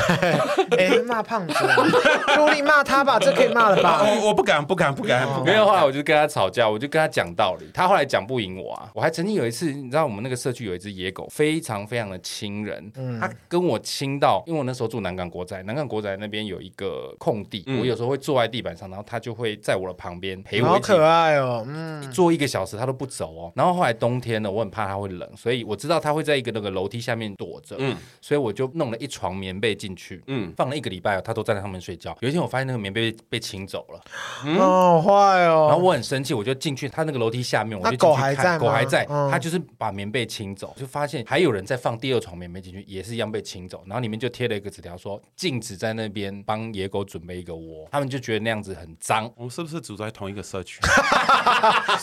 B: 哎，骂胖子， 朱莉骂他吧，这可以骂了
C: 啊，
B: 吧？
C: 我我不敢，不敢，不敢，不
A: 没
C: 敢。
A: 有，后来我就跟他吵架，我就跟他讲道理，他后来讲不赢我啊。我还曾经有一次，你知道我们那个社区有一只野狗，非常非常的亲人，它跟我亲到，因为我那时候住南港国宅，南港国宅那边有一个空地，我有时候会坐在地板上，然后它就会在我的旁边陪哎我
B: 嗯好
A: 一起
B: 可爱哦，嗯，
A: 坐一个小时，它都不走哦。然后后来冬天呢，我很怕它会冷，所以我知道它会在一个那个楼梯下面躲着，
C: 嗯
A: 所以我就弄了一床棉被进去，
C: 嗯，
A: 放了一个礼拜哦，它都站在上面睡觉。有一天我发现那个棉被被被请走了。
B: 哦，好坏
A: 然后
B: 哦。
A: 我很生气，我就进去他那个楼梯下面，我
B: 那
A: 就进去
B: 狗还
A: 看
B: 在吗
A: 狗还在，
B: 嗯
A: 他就是把棉被清走，就发现还有人在放第二床棉被进去，也是一样被清走，然后里面就贴了一个纸条说禁止在那边帮野狗准备一个窝，他们就觉得那样子很脏。
C: 我们是不是住在同一个 社区？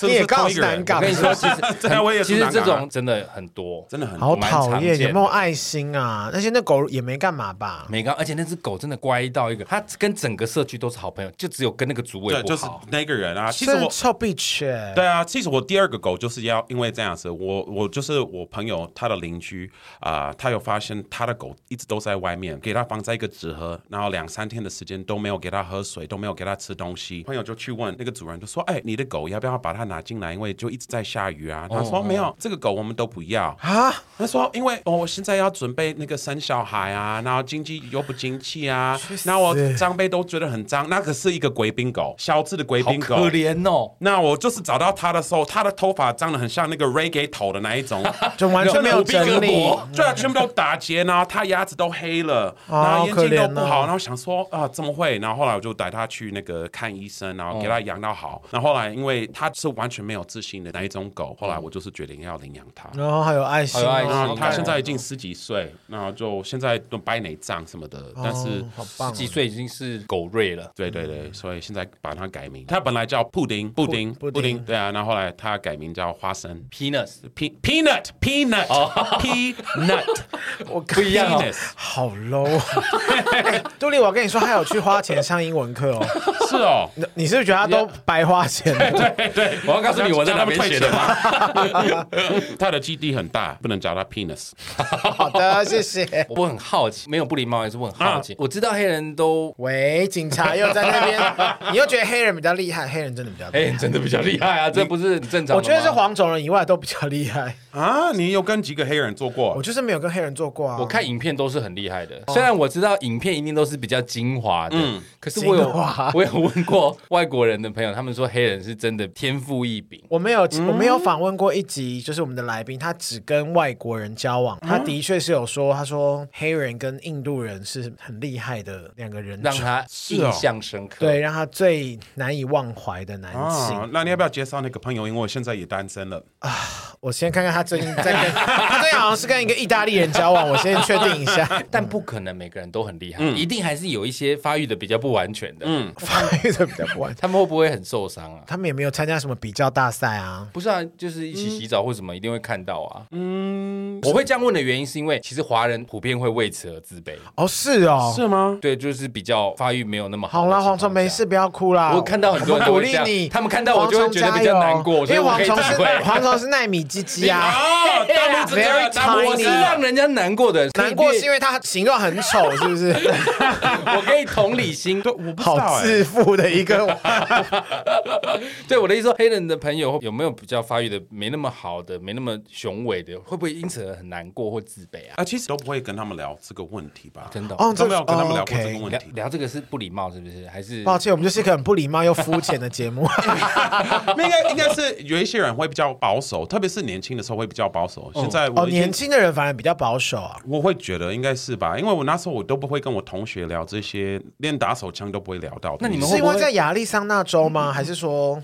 B: 你也刚好
C: 同一
B: 是
C: 个人
B: 南
A: 我
B: 港
A: 跟，你说，其实
C: 对啊我也是
A: 其实
C: 南
A: 这
C: 港啊
A: 种真的很多，
C: 真的很
B: 好
A: 蛮
B: 讨
A: 常
B: 厌，
A: 见
B: 有没有爱心啊？而且那狗也没干嘛吧？
A: 没刚，而且那只狗真的乖到一个，它跟整个社区都是好朋友，就只有跟那个主委
C: 对，
A: 不
C: 就是
A: 好。
C: 那个人啊。其实
B: 真的
C: 我
B: 臭 bitch，欸
C: 对啊，其实我第二个狗就是要因为这样子，我我就是我朋友他的邻居啊、他有发现他的狗一直都在外面，给他放在一个纸盒，然后两三天的时间都没有给他喝水，都没有给他吃东西。朋友就去问那个主人，就说：“哎，你的狗要不要把它拿进来？因为就一直在下雨啊。”他
A: 哦
C: 说：“没有，这个狗我们都不要。”
B: 啊，
C: 他说：“因为哦，我现在要准备那个生小孩啊，然后经济又不景气啊，然后我长辈都觉得很脏。那可是一个贵宾狗，小只的贵
A: 好
C: 宾狗，
A: 可怜哦，
C: 那我就是找到他的时候，他的头发长得很像那个 reggae 头的那一种，
B: 就完 全没有整理。
C: 对啊，全部都打结，然后他牙齿都黑了，
B: 啊
C: 然后
B: 好可
C: 眼睛都
B: 怜
C: 不
B: 哦
C: 好，然后想说啊怎么会？然后后来我就带他去那个看医生，然后给
B: 哦
C: 他养到好。然后后来因为他是完全没有自信的那一种狗，后来我就是决定要领养他。
B: 然后还有爱心哦，
A: 还有爱
C: 然
A: 心
C: 后啊他现在已经十几岁，然后就现在都白内障什么的，但是
B: 哦好棒哦，
A: 几岁已经是狗瑞了。
C: 对对对，所以现在把它改名，它本来叫布丁，嗯布丁，
B: 布
C: 布
B: 丁
C: 丁，对啊，然后后来它改名叫花生
A: Penis
C: ，pe peanut peanut peanut，
B: 我
A: 不一样哦
C: Penis
B: 好 low 哎杜丽，我跟你说，他有去花钱上英文课哦。
C: 是哦，
B: 你你是不是觉得他都白花钱了？
A: 我要告诉你我在哪边学的吗？
C: 吗？它的基地很大，不能叫它 penis。
B: 好的，谢谢。
A: 我很好奇，没有不礼貌，也是我很好奇。我知道黑人都
B: 喂，警察又在那边，你又觉得黑人比较厉害，黑人真的比较
A: 黑
B: 厉
A: 哎人真的比较厉害啊，这不是很正
B: 害。
A: 常
B: 我
A: 的吗
B: 觉得是。黄种人以外都比较厉害，
C: 啊，你有跟几个黑人做
B: 我
C: 过？
B: 就是没有跟黑人做过啊。
A: 我哦看影片都是很厉害的，虽然我知道影片一定都是比较精华的，可是我
B: 精
A: 有
B: 华
A: 我有问过外国人的朋友，他们说黑人是真的天赋异禀。
B: 我没有，我没有访问过一集，就是我们的来宾，他只跟外国人交往，他的确是有说，他说黑人跟印度人是很厉害的两个人
A: 让
B: 种
A: 他
C: 是哦
A: 印象深刻。
B: 对，让他最难以忘怀的男性。
C: 啊，那你要不要介绍那个朋友？因为我现在也单身了。
B: 我先看看他最近在跟，他最近好像是跟一个意大利人交往，我先确定一 下
A: 但不可能每个人都很厉害，一定还是有一些发育的比较不完全的。嗯，
B: 发育的比较不完。
A: 他们会不会很受伤啊？
B: 他们也没有参加什么比较大赛啊，
A: 不是啊，就是一起洗澡或什么，一定会看到啊。嗯，我会这样问的原因是因为，其实华人普遍会为此而自卑。
B: 哦是哦，
C: 是吗？
A: 对，就是比较发育没有那么好。
B: 好啦，蝗虫没事，。不要哭啦。
A: 我看到很多人
B: 我们鼓
A: 都会
B: 励
A: 这样
B: 你，
A: 他们看到我就会觉得比较难过
B: 蝗虫
A: 所
B: 加油因为
A: 以我可
B: 蝗
A: 以
B: 虫是
A: 体会
B: 蝗虫是奈米鸡鸡 啊，
C: 哦，大拇指这
B: Very
C: 个，大拇
A: 我
C: 指
A: 是
B: tiny
A: 让人家难过的，
B: 难过是因
A: 为
B: 为它形状很丑，是 不是？
A: 我可以 同理 心。
C: 对，我不知道
B: 好
C: 哎。
A: 欸
B: 自负的 一个，
A: 对我的意思说，黑人的朋友有没有比较发育的没那么好的、没那么雄伟的，会不会因此而很难过或自卑啊？
C: 啊，其实都不会跟他们聊这个问题吧？
A: 真的哦、
B: 哦，这
C: 都没有跟他们聊过这个
B: OK
C: 问
A: 聊
C: 题。
A: 聊这个是不礼貌，是不是？还是
B: 抱歉，我们就是一个很不礼貌又肤浅的节目。
C: 那应该应该是有一些人会比较保守，特别是年轻的时候会比较保守。现在我
B: 哦，
C: 已经
B: 年轻的人反而比较保守啊。
C: 我会觉得应该是吧，因为我那时候我都不会跟我同学聊这些，连打手枪都不会聊到。
A: 那你们
B: 是
A: 会
B: 因
A: 不
B: 为
A: 会嗯
B: 在亚利桑那州吗？还是说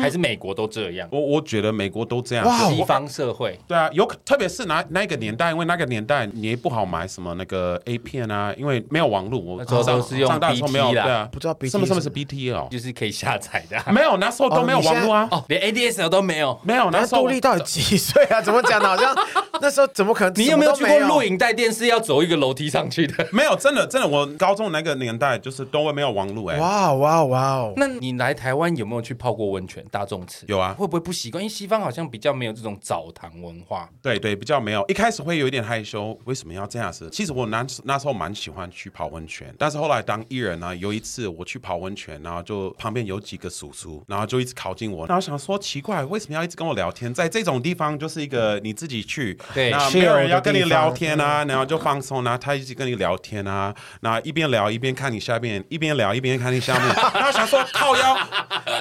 A: 还是美国都这样？
B: 哦
C: 我我觉得美国都这样。
B: 哇哦
C: 哇，
A: 西方社会
C: 对啊，有特别是哪那那个年代，因为那个年代你也不好买什么那个 A 片啊，因为没有网络，我
A: 那时候都是用
C: 上上大的时候没有
A: BT 啦
C: 对啊，
B: 不知道 BT
C: 什么什么
B: 是
C: 是 BT 哦，
A: 就是可以下载的啊、
C: 没有那时候都没有网络啊，
A: 哦，连 ADSL 都没有。
C: 没有那
B: 那
A: 啊
C: 时候
B: 杜
C: 我
B: 丽到底几岁啊？怎么讲的？好像 那时候怎么可能？
A: 你有没有去
B: 什
A: 过
B: 么都
A: 录？影带电视要走一个楼梯上去的？
C: 没有真的真的，我高中那个年代就是都会没有网络哎、
B: 哇哇哇哦！
A: 那你来台湾有没有去泡过温泉？大众池
C: 有啊
A: 会不会不习惯？因为西方好像比较没有这种澡堂文化。
C: 对对，比较没有，一开始会有一点害羞，为什么要这样子？其实我那时那时候蛮喜欢去泡温泉，但是后来当艺人呢、有一次我去泡温泉，然后就旁边有几个叔叔，然后就一直靠近我，然后想说奇怪，为什么要一直跟我聊天？在这种地方就是一个你自己去，
A: 对
C: 那没有人要跟你
B: chill 的地
C: 聊
B: 方嗯
C: 天啊，然后就放松啊，他一直跟你聊天啊，然后一边聊一边看你下面，一边聊一边看你下面， 然后想说靠腰，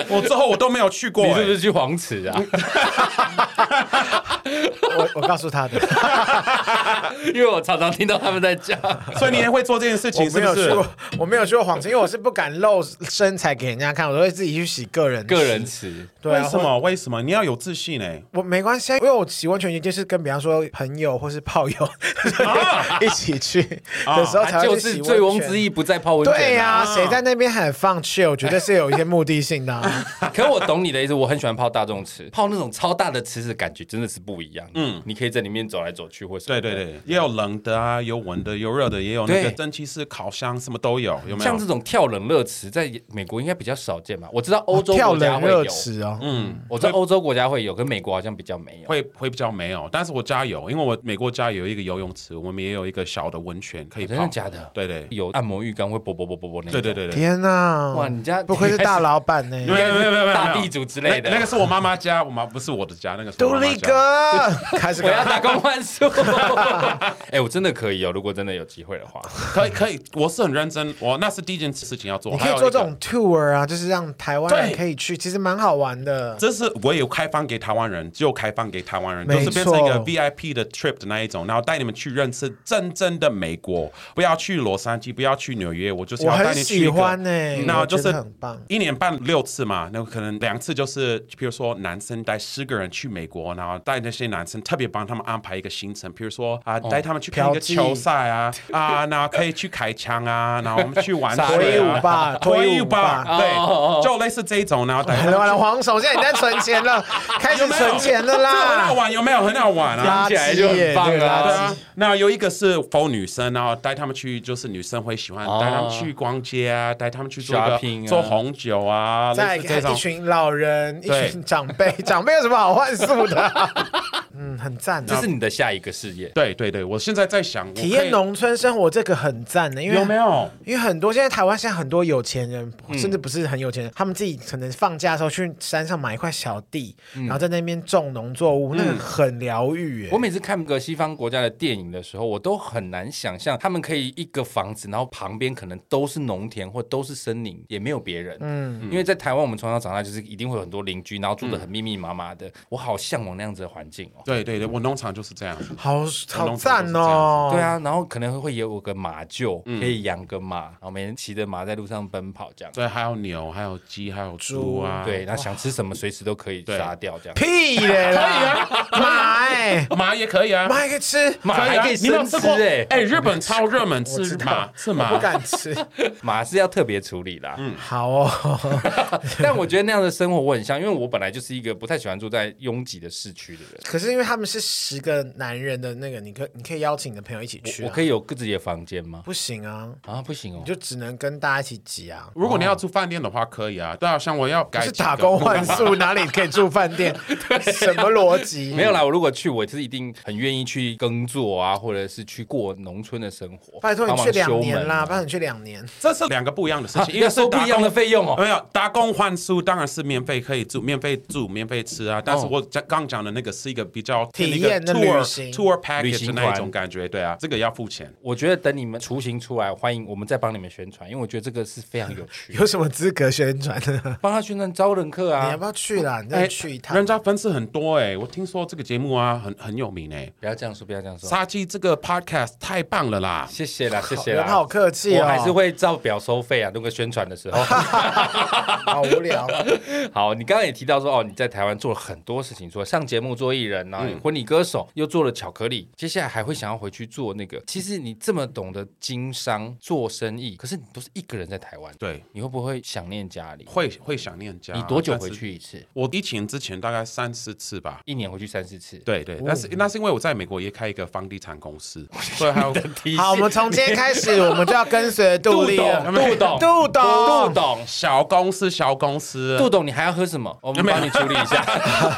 C: 我之后我都没有去过、
A: 你是不
C: 欸
A: 是去黄池 啊？
B: 我我告诉 他的，
A: 因为我常常听到他们在讲，
C: 所以你也会做这件事
B: 我
C: 情，是
B: 没有
C: 不
B: 去
C: 是？
B: 过，我没有去过黄池，因为我是不敢露身材给人家看，我都会自己去洗个人。
A: 个人池。
B: 对啊，
C: 为什么？为什么你要有自信呢、
B: 我没关系啊，因为我洗温泉一定是跟比方说 朋友或是炮友 一起去的时候才
A: 他啊
B: 会
A: 就
B: 去洗
A: 是
B: 温泉
A: 醉翁之。意不在泡温泉、
B: 对呀、
C: 啊
B: 谁在那边喊放 chill，绝对是有一些目的性的、啊。
A: 可我懂你的意思，我很喜欢泡大众池，泡那种超大的池子，感觉真的是不一样。嗯，你可以在里面走来走去，或什么
C: 对
A: 的
C: 对。对，也有冷的啊，有温的，有热的，也有那个
A: 对
C: 蒸汽式烤箱，什么都有，有没
A: 像
C: 有
A: 这？种跳冷热池，在美国应该比较少见吧？我知道欧洲
B: 哦跳
A: 国家
B: 冷
A: 会
B: 热
A: 有，
B: 池哦，
C: 嗯，
A: 我知道欧洲国家会有，可美国好像比较没有。
C: 会会比较没有，但是我家有，因为我美国家有一个游泳池，我们也有一个小的温泉可以泡。
A: 哦真的假的？
C: 对对
A: 有按摩浴缸会啵啵啵啵啵那
C: 对
A: 种
C: 对。对对。
B: 天啊哪！
A: 哇你家
B: 不愧是大老板呢、
C: 没有没有没有没有
A: 大地主之类的
C: 那那个是我妈妈家，我妈不是我的家，那个是我
B: 独
C: 妈妈
B: 立
C: 家。
B: 哥开始
A: 我要
B: 干嘛
A: 打工换宿。 哎、我真的可以哦，如果真的有机会的 话。
C: 可以可以，我是很认真，我那是第一件事情要做。
B: 你可
C: 还有
B: 以
C: 一
B: 做
C: 个
B: 这种 tour 啊，就是让台湾人
C: 对
B: 可以去，其实蛮好玩的。
C: 这是我有开放给台湾人，只有开放给台湾人，
B: 没错
C: 就是变成一个 VIP 的 trip 的那一种，然后带你们去认识真正的美国，不要去洛杉矶，不要去纽约，我就是
B: 我
C: 要带
B: 很
C: 你去一
B: 喜
C: 个
B: 欢呢、欸，
C: 然后
B: 我
C: 就
B: 觉
C: 是
B: 得很棒。
C: 一年办六次嘛，那可能两次就是，比如说男生带十个人去美国，然后带那些男生特别帮他们安排一个行程，比如说啊、
B: 哦
C: 带他们去看一
B: 嫖
C: 个
B: 妓
C: 球赛啊，啊，然后可以去开枪啊，然后我们去玩
A: 撒
C: 水啊
A: 野舞
B: 吧
C: 脱衣舞吧，
A: 脱衣舞吧哦哦哦
C: 对，就类似这一种，然后带他
B: 完
C: 们
B: 了
C: 去
B: 完了，黄总，现在你在存钱了，开始存钱了
C: 这很好
B: 啦。
C: 玩，有没有？很好玩
B: 垃
C: 啊！
B: 圾
A: 听起来就很棒
B: 耶对
A: 啊
C: 对
B: 垃圾
C: 啊，那有一个是 for 女生，然后带他们去，就是女生会喜欢
A: 哦
C: 带他们去逛街啊，带他们去做一个
A: Shopping 啊
C: 做红酒啊，
B: 再
C: 类似这
B: 给一
C: 种。
B: 群老人，一
C: 对
B: 群长辈，长辈有什么好换宿的 啊、嗯，很赞
A: 这
B: 啊
A: 是！你的下一个事业，
C: 对对对，我现在在想，我可以
B: 体验农村生活这个很赞的，因为
C: 有没嗯有？
B: 因为很多现在台湾现在很多有钱人，甚至不是很有钱人，他们自己可能放假的时候去山上买一块小地，
C: 嗯
B: 然后在那边种农作物，那个很疗愈耶
A: 我。每次看个西方国家的电影的时候，我都很难想象他们可以一个房子，然后旁边可能都是农田或都是森林，也没有别人。嗯，因为在台湾我们从小长大就是一定会有很多邻居，然后住的很
C: 嗯
A: 密密麻麻的，我好向往那样子的环境哦。
C: 对对对，我哎农场就是这样。
B: 好好赞哦！
A: 对，啊，然后可能会有个马厩，
C: 嗯
A: 可以养个马，然后每天骑着马在路上奔跑这样。
C: 对，还有牛，还有鸡，还有猪
B: 哎
C: 啊。
A: 对，，那想吃什么随时都可以
C: 对
A: 杀掉这样。
B: 屁嘞 啦，妈哎，
C: 马也可以啊。
B: 妈还可以 吃，
A: 马
C: 以
A: 还
C: 啊
A: 可以
C: 你没有
A: 生
C: 吃
A: 吃
C: 过？
A: 哎、
C: 哎，日本超热门
B: 我
C: 吃
B: 知道
C: 马，是
B: 我
C: 马
B: 不。敢吃。
A: 马是要特别处理啦。
C: 嗯
B: 好哦，
A: 但我觉得那样的生活我很像，因为我本来就是一个不太喜欢住在拥挤的市区的人。
B: 可是因为他们是十个男人的那个，你可你可以邀请你的朋友一起去、
A: 我
B: 啊
A: 我可以有自己的房间吗？
B: 不行啊，
A: 啊，不行哦
B: 你。就只能跟大家一起挤啊。
C: 如果你要住饭店的话，可以啊。对啊，像我要改
B: 是
C: 几个
B: 打工换
A: 啊
B: 宿，哪里可以住饭 店？什么逻辑？
A: 没有啦，我如果去，我是一定很愿意去耕作啊，或者是去过农村的生活。
B: 拜托你
A: 帮忙
B: 去两
A: 修
B: 年
A: 门
B: 啦，
A: 啊
B: 拜托你去两年。
C: 这是两个不一样的事
A: 啊
C: 情，一
A: 要
C: 个是
A: 收不
C: 打
A: 一样的
C: 工。
A: 费用哦。
C: 没有打工换宿当然是免费可以住，免费住，免费吃
A: 哦
C: 啊。但是我讲刚讲的那个是一个比较
B: 体
C: 那个
B: 验的
C: tour
B: 旅行
C: tour
A: 旅
C: package
A: 行
C: 的
A: 团
C: 那一种感觉，对啊，这个要付钱。
A: 我觉得等你们雏形出来，欢迎我们再帮你们宣传，因为我觉得这个是非常有趣的。
B: 有什么资格宣传呢？
A: 帮他宣传招人客
B: 你
A: 啊
B: 要不，要去啦？你再去一趟。
C: 哎人家粉丝很多哎、我听说这个节目啊很很有名哎、
A: 不要这样说，不要这样说。
C: 杀鸡这个 podcast 太棒了啦！
A: 谢谢啦，谢谢
B: 人
A: 啦，
B: 好客气
A: 啊
B: 哦
A: 我还是会照表收费啊，如果宣传的时候。
B: 好无聊，
A: 好，你刚刚也提到说，哦，你在台湾做了很多事情，说上节目做艺人人啊，婚礼歌手，又做了巧克力，接下来还会想要回去做那个。其实你这么懂得经商做生意，可是你都是一个人在台湾，
C: 对，
A: 你会不会想念家里？
C: 会会想念家。
A: 你多久回
C: 啊但是？
A: 去一次？
C: 我疫情之前大概三四次吧。
A: 一年回去三四次。
C: 对对，但是那是因为我在美国也开一个房地产 公司，所以还有
B: 好，我们从今天开始，我们就要跟 随杜丽了。
A: 杜董
B: 杜董，
A: 杜董，
C: 小公司小公司。
A: 杜董，你还要喝什么？我们帮你处理一下。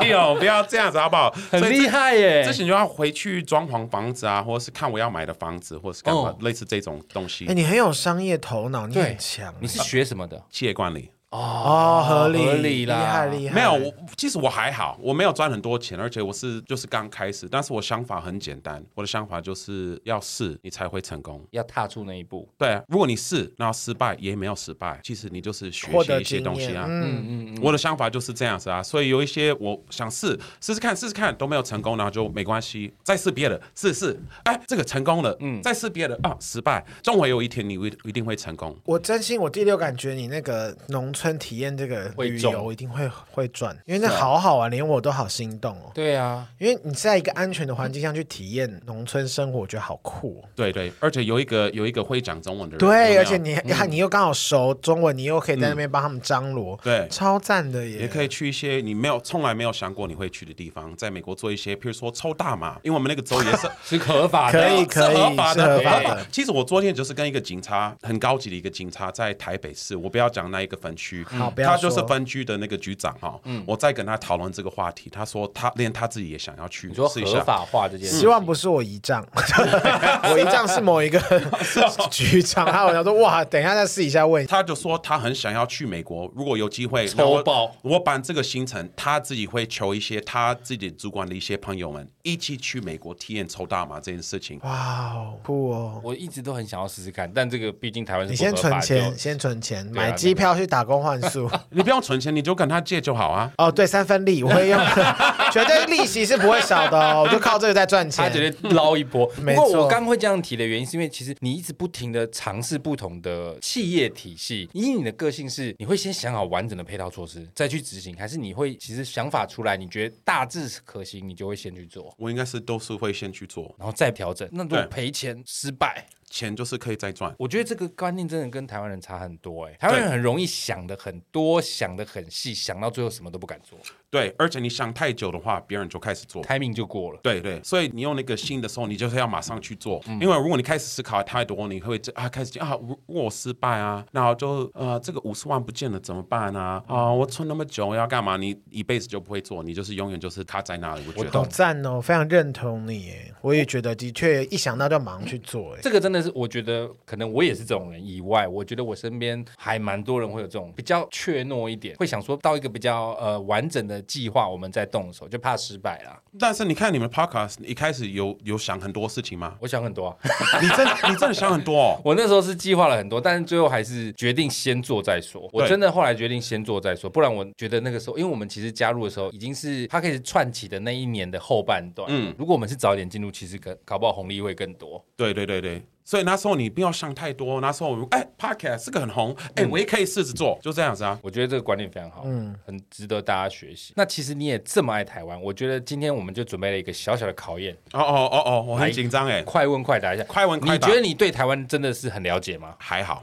C: 没有，哦不要这样子好不好？
A: 很
C: 所以这
A: 厉害耶
C: 之前就要回去装潢房子啊，或者是看我要买的房子，或者是干嘛
A: 哦
C: 类似这种东西
B: 哎，。你很有商业头脑，你很强
A: 你是学什么的？
C: 企业管理
B: 哦，合理，
A: 合理啦
B: 厉害厉害。
C: 没有，我其实我还好，我没有赚很多钱，而且我是就是刚开始，但是我想法很简单，我的想法就是要试你才会成功。
A: 要踏出那一步。
C: 对啊，如果你试，然后失败也没有失败，其实你就是学
B: 获
C: 习
B: 得
C: 一些
B: 经
C: 东西
B: 验
C: 啊。
B: 嗯，
C: 我的想法就是这样子啊，所以有一些我想试试试看，试试看都没有成功，然后就没关系，再试别的，试试，哎，这个成功了，嗯，再试别的啊，失败，终会有一天你会一定会成功。
B: 我真心，我第六感觉你那个农村体验这个
A: 会
B: 旅
A: 中啊
B: 游一定会会赚，因为那好好玩，连我都好心动哦。
A: 对啊，
B: 因为你在一个安全的环境下去体验农村生活，我觉得好酷、哦。
C: 对对，而且有一个有一个会讲中文的人，有没
B: 对，
C: 有
B: 而且你、啊你又刚好熟中文，你又可以在那边帮他们张罗，
C: 对
B: 超赞的耶！
C: 也可以去一些你没有从来没有想过你会去的地方，在美国做一些，譬如说抽大麻，因为我们那个州也是。
A: 是合法的。
B: 可以
C: 是合法的，哎
B: 是合法的
C: 其实我昨天就是跟一个警察，很高级的一个警察，在台北市，我不要讲那一个分区，
B: 嗯好不要
C: 他就是
B: 说嗯
C: 分区的那个局长哈。我在跟他讨论这个话题，他说他连他自己也想要去
A: 你说
C: 试一
A: 合
C: 下。
A: 法化这件事
B: 希，望不是我姨丈，我姨丈是某一个局长，他我想说哇，等一下再试一下问。
C: 他就说他很想要去美国，如果有 机会，那我
A: 抽爆
C: 我把这个行程，他自己会求一些他自己主管的一些朋友们一起去美国体验抽大麻这件事情。
B: 哇哦，酷哦！
A: 我一直都很想要试试看，但这个毕竟台湾是
B: 你先
A: 不合法
B: 存
A: 的
B: 钱，先存钱，
A: 对啊
B: 买机票去打工换宿。
C: 你不用存钱，你就跟他借就好啊。
B: 哦，对，三分利我会用，绝对利息是不会少的哦，我就靠这个在赚
A: 他
B: 钱。
A: 绝对捞一 波。不
B: 没
A: 过
B: 错
A: 我刚会这样提的原因，是因为其实你一直不停的尝试不同的企业体系，因为你的个性是你会先想好完整的配套措施再去执行，还是你会其实想法出来，你觉得大致可行，你就会先去做，
C: 我应该是都是会先去做，
A: 然后再调整。那如果
C: 对
A: 赔钱失败，
C: 钱就是可以再赚。
A: 我觉得这个观念真的跟台湾人差很多哎、台湾人很容易想的很多，想的很细，想到最后什么都不敢做
C: 对，而且你想太久的话，别人就开始做。
A: ，timing 就过了。
C: 对对，所以你用那个新的时候，你就是要马上去做，因为如果你开始思考太多，你会这啊开始啊，如如果我失败啊，那我就呃这个五十万不见了怎么办啊？啊，我存那么久要干嘛？你一辈子就不会做，你就是永远就是卡在那里。我觉
B: 好
C: 得
B: 赞哦，非常认同你耶，我也觉得的确一想到就马上去做耶。
A: 这个真的是，我觉得可能我也是这种人以外，我觉得我身边还蛮多人会有这种比较怯懦一点，会想说到一个比较呃完整的计划，我们再动手，就怕失败啦。
C: 但是你看你们 podcast 一开始有有想很多事情吗？
A: 我想很多啊、
C: 你真你真的想很多 哦。
A: 我那时候是计划了很多，但是最后还是决定先做再说。我真的后来决定先做再说，不然我觉得那个时候，因为我们其实加入的时候已经是它开始串起的那一年的后半段。嗯，如果我们是早一点进入，其实可搞不好红利会更多。
C: 对对对对，所以那时候你不要想太多，那时候哎、podcast 这个很红，哎、我也可以试着做，就这样子啊。
A: 我觉得这个观念非常好，嗯，很值得大家学习。那其实你也这么爱台湾，我觉得今天我们就准备了一个小小的考验，
C: 哦哦哦哦，我很紧张哎，
A: 快问快答一下。
C: 快问快
A: 你
C: 答
A: 觉得你对台湾真的是很了解 吗？
C: 还好。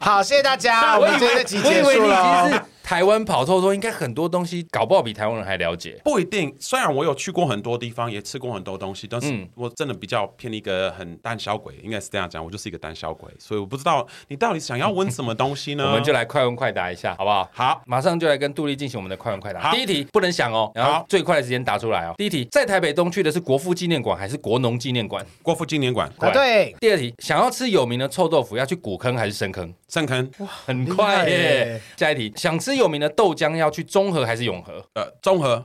B: 好，谢谢大家，我
A: 以
B: 们今天
A: 为
B: 这集
A: 我以
B: 结
A: 为
B: 束
A: 你
B: 了
A: 已经
B: 哦。
A: 是台湾跑透透，应该很多东西搞不好比台湾人还了解。
C: 不一定，虽然我有去过很多地方，也吃过很多东西，但
A: 嗯
C: 是我真的比较偏一个很胆小鬼，应该是这样讲，我就是一个胆小鬼，所以我不知道你到底想要问什么东西
B: 嗯
C: 呢？
A: 我们就来快问快答一下，好不好？
C: 好，
A: 马上就来跟杜丽进行我们的快问快答。
C: 好
A: 第一题不能想哦，然后
C: 好
A: 最快的时间答出来哦。第一题，在台北东区的是国父纪念馆还是国农纪念馆？
C: 国父纪念馆、
B: 啊，对，
A: 第二题，想要吃有名的臭豆腐，要去古坑还是深坑？
C: 深坑、
B: 哎
A: 很快
B: 厉害
A: 耶
B: 耶！
A: 下一题，想吃有名的豆浆，要去中和还是永和？
C: 呃，中和、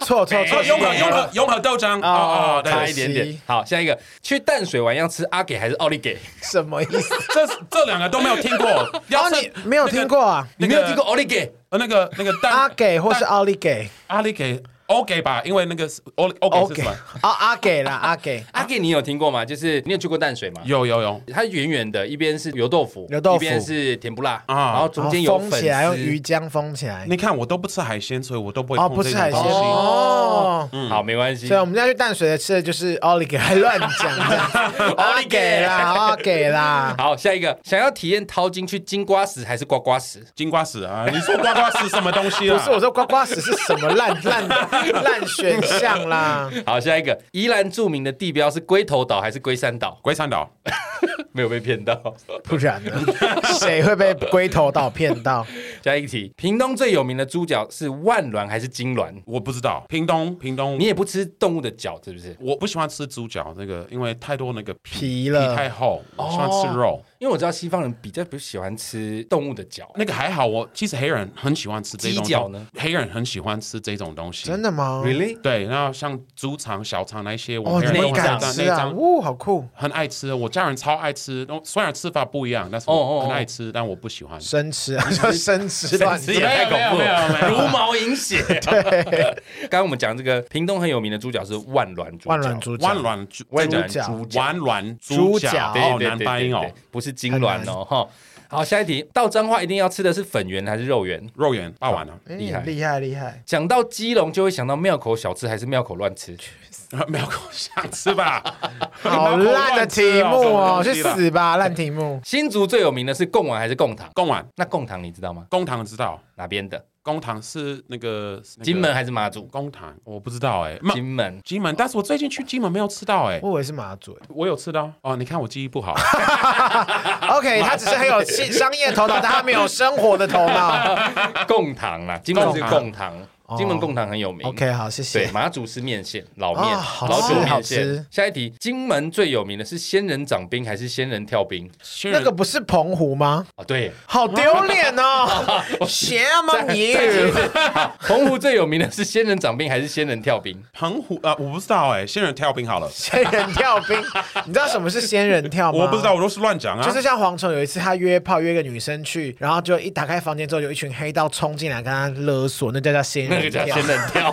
B: 错错错，
C: 哦，永和、
B: 谢谢
C: 永和、永和豆浆，哦
B: 哎哦
C: 哦，对
A: 差
B: 可
A: 一
B: 惜
A: 点点。好，下一个，去淡水玩要吃阿给还是奥利给？
B: 什么意思？
C: 这这两个都没有听 过，
B: 哦
C: 要，是
B: 你没有听过啊？
A: 你
C: 那
A: 没
C: 个
A: 有听过奥利给？
B: 啊
C: 呃那个那个蛋
B: 阿给或是
C: 蛋
B: 奥利给？
C: 阿里给 OK 吧，因为那个是 O OK 是什么？
B: 啊阿给啦，阿给，
A: 阿 K，你有听过吗？就是你有去过淡水吗？
C: 有有有，
A: 它圆圆的，一边是油豆腐，
B: 油豆腐
A: 一边是甜不辣，
C: 啊
A: 然后中间有
B: 哦封
A: 粉
B: 起来，用鱼
A: 丝。
B: 浆封起来。
C: 你看我都不吃海鲜，所以我都不会
B: 哦，
C: 碰
B: 不
C: 这
B: 是
C: 种
B: 海鲜
C: 东西
B: 哦。
A: 嗯好，没关系
B: 所以。我们要去淡水的吃的就是 o l i g 还乱讲这样，阿给啦，阿给啦，
A: 好，下一个，想要体验掏金去金瓜石还是刮刮石？
C: 金瓜石啊，你说瓜瓜石什么东西啊？
B: 不是我说刮刮石是什么烂烂烂选项啦？
A: 好，下一个，宜兰著名的地标是龟头岛还是龟山岛？
C: 龟山岛，
A: 没有被骗到。
B: 不然呢？ 谁会被龟头岛骗到？
A: 下一题，屏东最有名的猪脚是万峦还是金峦？
C: 我不知道。屏东，屏东
A: 你，也不吃动物的脚是不是？
C: 我不喜欢吃猪脚那个，因为太多那个
B: 皮
C: 皮
B: 了
C: 太厚，我喜欢吃肉。
A: 因为我知道西方人比较不喜欢吃动物的脚。
C: 那个还好，我其实黑人很喜欢吃这种
A: 鸡脚呢，
C: 黑人很喜欢吃这种东西。
B: 真的吗？
A: Really？
C: 对，然后像猪肠、小肠那些，我
B: 哦，
C: 们黑人
B: 你
C: 都
B: 们
C: 很
B: 敢
C: 爱吃
B: 吃
C: 内
B: 啊？
C: 脏
B: 呜，好酷！
C: 很爱吃，我家人超爱吃，虽然吃法不一样，但是
A: 哦哦哦
C: 我很爱吃，但我不喜欢。
B: 生吃 啊，说生吃乱
A: 这也
B: 吃
A: 太恐怖
C: 没有没有
A: 了，
C: 没有
A: 茹毛饮血。 刚刚我们讲这个屏东很有名的猪脚是万峦猪脚，
B: 万峦猪脚
C: 弯，卵猪，
A: 万峦
B: 猪脚
A: 猪脚，
C: 弯卵
B: 猪
C: 猪
B: 脚
C: 脚，
A: 对
C: 哦，
A: 对
C: 难
A: 对
C: 发
A: 对
C: 音
A: 对
C: 哦，，
A: 不是金卵哦哈。好，下一题，到彰化一定要吃的是粉圆还是肉圆？
C: 肉圆啊霸完了，
B: 嗯
A: 厉害
B: 厉害厉害！
A: 讲到基隆就会想到庙口小吃还是庙口乱吃？
C: 没有想吃吧？
B: 好烂的题目哦，去！死吧，烂题目！
A: 新竹最有名的是贡丸还是贡糖？
C: 公碗
A: 那贡糖你知道吗？
C: 公堂知道，
A: 哪边的？
C: 公堂是那个
A: 金门还是马祖？
C: 公堂，我不知道哎，妈
A: 金门。
C: 金门，但是我最近去金门没有吃到哎，
B: 我以为是麻 醉。
C: 我有吃到哦，你看我记忆 不好，
B: OK，他只是很有商商业头脑，但他没有生活的头 脑。
A: 贡糖啦，金门是贡糖
B: 哦，
A: 金门贡糖很有名。
B: OK，好，谢
A: 对，
B: 谢。
A: 马祖是面线，老面，
B: 啊好
A: 老
B: 吃
A: 酒
B: 好
A: 面
B: 吃
A: 线。下一题，金门最有名的是仙人掌冰还是仙人跳冰？
B: 那个不是澎湖吗？
A: 哦，对，
B: 好丢 脸哦！Shame on
A: 再说一
B: you！
A: 次好澎湖最有名的是仙人掌冰还是仙人跳冰？
C: 澎湖啊，我不知道哎，仙人跳冰好了，
B: 仙人跳冰，你知道什么是仙人跳吗？
C: 我不知道，。我都是乱讲啊，
B: 就是像蝗虫有一次，他约炮约一个女生去，然后就一打开房间之后，有一群黑道冲进来跟他勒索， 那叫叫仙
A: 那个
B: 人
A: 叫
B: 跳。
A: 仙人 跳。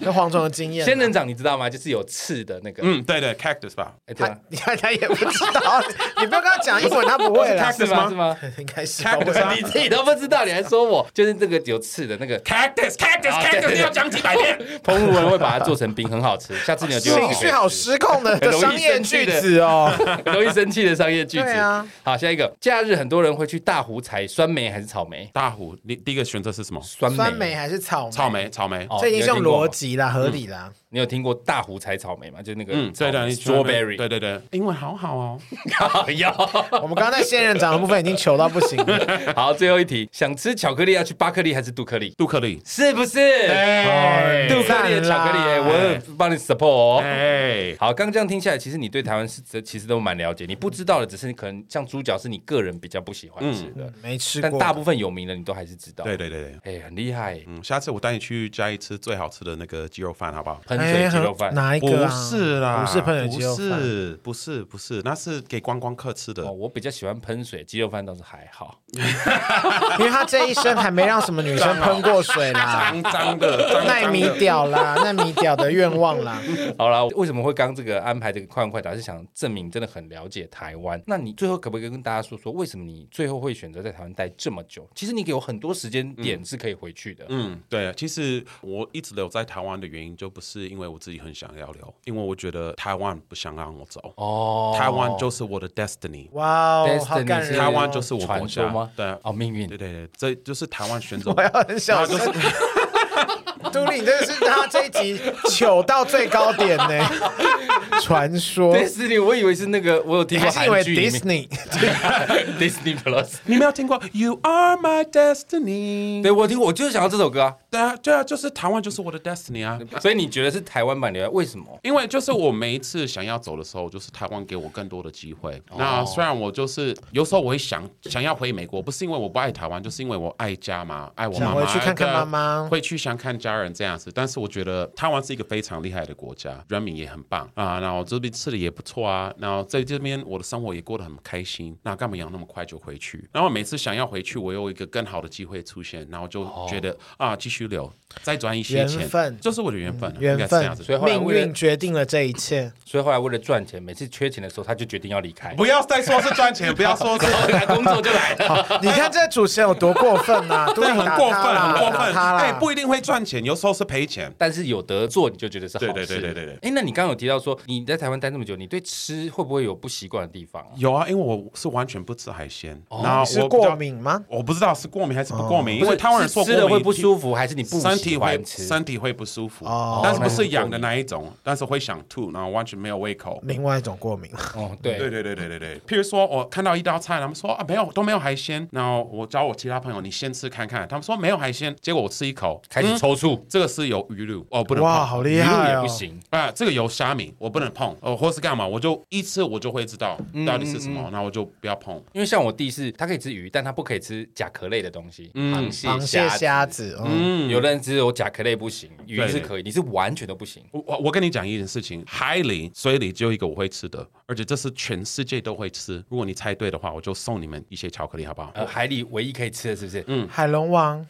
B: 那蝗虫的经验啊，
A: 仙人掌你知道吗？就是有刺的那个。
C: 嗯，对对，cactus 吧，
A: 哎对
B: 他
A: 啊，
B: 你看他也不知道，你不要跟他讲英文，他不会啦
C: 是。
A: 是吗？
C: 吗
A: 是吗？
B: 应该是吧
C: Cactus
B: 我不知道
C: 啊
A: 你自己都不知道，你还说我就是这个有刺的那个
C: cactus cactus
A: 啊对对
C: cactus，
A: 对
C: 你要讲几百遍。
A: 澎湖人会把它做成冰，很好吃。下次你有机会去
B: 情绪好失控的
A: 很容易
B: 商业
A: 生
B: 句
A: 气的
B: 子哦。
A: 很容易生气的商业句子。
B: 对啊
A: 好，下一个，假日很多人会去大湖采酸梅还是草莓？
C: 大虎，你第一个选择是什么？
A: 酸梅，
B: 酸梅还是草莓？
C: 草莓，草莓。
A: 哦
B: 这已经是用
A: 你
B: 逻。
A: 有听过吗
B: 辑啦，合理啦。
A: 你有听过大湖采草莓吗？就那个
C: 嗯，对的你喜欢那个
A: strawberry， 哎
C: 对对对，英文好好哦。
A: 靠腰。
B: 我们刚刚在仙人掌的部分已经求到不行了，
A: 好，最后一题，想吃巧克力要去巴克利还是杜克利？
C: 杜克利，
A: 是不是？
C: 哎
A: 杜克利的巧克力，哎我有帮你 support 哦。
C: 哎，
A: 好，刚刚这样听下来，其实你对台湾是其实都蛮了解，你不知道的，只是可能像猪脚是你个人比较不喜欢吃
C: 嗯
A: 的，
B: 没吃
A: 但
B: 过。
A: 大部分有名的你都还是知道。
C: 对，对对对，
A: 哎、很厉害，
C: 嗯，下次我带你去嘉义吃最好吃的那个鸡肉饭，好不好？
A: 喷水鸡肉
B: 哎
A: 饭。
B: 哪一
C: 不
B: 个啊？
C: 是啦，
B: 不是喷水鸡肉
C: 不
B: 饭。
C: 是不是不是，那是给观光客吃的
A: 哦，。我比较喜欢喷水鸡肉饭，倒是还好。
B: 因为他这一生还没让什么女生喷过水啦，
C: 脏 脏的， 脏啊
B: 奈
C: 脏
B: 米
C: 的。
B: 屌啦，奈米屌的愿望 啦。
A: 好啦，为什么会刚这个安排这个快问快答，是想证明真的很了解台湾。那你最后可不可以跟大家说说，为什么你最后会选择在台湾待这么久？其实你有很多时间点是可以回去的。
C: 嗯，对，其实我一直留在台湾的原因，就不是因为我自己很想要留，因为我觉得台湾不想让我走，
A: 哦，
C: 台湾就是我的 destiny，
B: 哇哦，好感
A: Destiny 是
B: 人哦。
C: 台湾就是我国家
A: 传说吗？
C: 对啊
A: 哦，命运
C: 对。对对，这就是台湾选择我
B: 我要 很小声。杜丽，你真的是他这一集糗到最高点 呢。传说，
A: 迪士尼，我以为是那个，我有听
B: 你
A: 过
B: 还是
A: 韩
B: 以为
A: 剧里面
B: Disney？
A: Disney Plus。
C: 你没有听过 You Are My Destiny？
A: 对，我听过，我就是想要这首歌啊。
C: 对啊，对啊，就是台湾就是我的 Destiny 啊。
A: 所以你觉得是台湾版的？为什
B: 哦
A: 么？
C: 因为就是我每一次想要走的时候，就是台湾给我更多的机会。
B: 哦
C: 那虽然我就是有时候我会想想要回美国，不是因为我不爱台湾，就是因为我爱家嘛，爱我
B: 想
C: 妈妈，
B: 回去看看
C: 对
B: 妈
C: 啊
B: 妈
C: 会去想看家人这样子。但是我觉得台湾是一个非常厉害的国家，人民也很棒啊，然后这边吃的也不错啊，然后在这边我的生活也过得很开心。那干嘛要那么快就回去？然后每次想要回去，我有一个更好的机会出现，然后就觉得、啊，继续去留，再赚一些
B: 缘
C: 钱
B: 分，
C: 就是我的缘分啊，
B: 缘
C: 应该是
B: 分
C: 这样子。
A: 所以后来
B: 命
A: 为了
B: 运决定了这一切。
A: 所以后来为了赚钱，每次缺钱的时候，他就决定要离开，
C: 不要再说是赚钱，不要说是
A: 来工作就来了。
B: 你看这主持人有多过分啊！都
C: 对，很
B: 打
C: 过
B: 他
C: 分，
B: 啦
C: 很过
B: 打
C: 分。
B: 他啦！
C: 哎，不一定会赚钱，有时候是赔钱。
A: 但是有得做，你就觉得是好事。
C: 对对对对对对
A: 哎，那你刚刚有提到说你在台湾待那么久，你对吃会不会有不习惯的地方啊？
C: 有啊，因为我是完全不吃海鲜，然后
B: 你是
C: 我比较
B: 过，敏吗？
C: 我不知道是过敏还是不过敏，因
A: 不
C: 为
A: 是
C: 台湾人说
A: 是吃了
C: 过敏
A: 会不舒服，还是你哦不
C: 身
A: 喜
C: 体
A: 欢
C: 会
A: 吃？
C: 身体会不舒服
B: 哦，
C: 但是不是痒的那一种，但是会想吐，然后完全没有胃口。
B: 另外一种 过敏，
A: 哦，对
C: 对对对对对对，譬如说我看到一道菜，他们说啊没有都没有海鲜，然后我找我其他朋友你先吃看看，他们说没有海鲜，结果我吃一口，
A: 开始
C: 嗯
A: 抽搐，
C: 这个是有鱼露哦，不能
B: 哇，
C: 碰。
B: 好
A: 一
B: 厉
A: 路
B: 害
A: 也
B: 哦
A: 不！行。
C: 啊，这个有虾米，我不能碰，哦，或是干嘛，我就一吃我就会知道
A: 嗯
C: 到底是什么，那、我就不要碰。
A: 因为像我弟是，他可以吃鱼，但他不可以吃甲壳类的东西，
C: 嗯
A: 螃蟹、
B: 螃蟹、虾
A: 虾子。
B: 子，嗯，
A: 有的人只有甲壳类不行，鱼
C: 对
A: 是可以，你是完全都不行。
C: 我我我跟你讲一件事情，海里水里只有一个我会吃的，而且这是全世界都会吃。如果你猜对的话，我就送你们一些巧克力，好不好？
A: 呃，海里唯一可以吃的是不是？嗯，呃
B: 海龙王，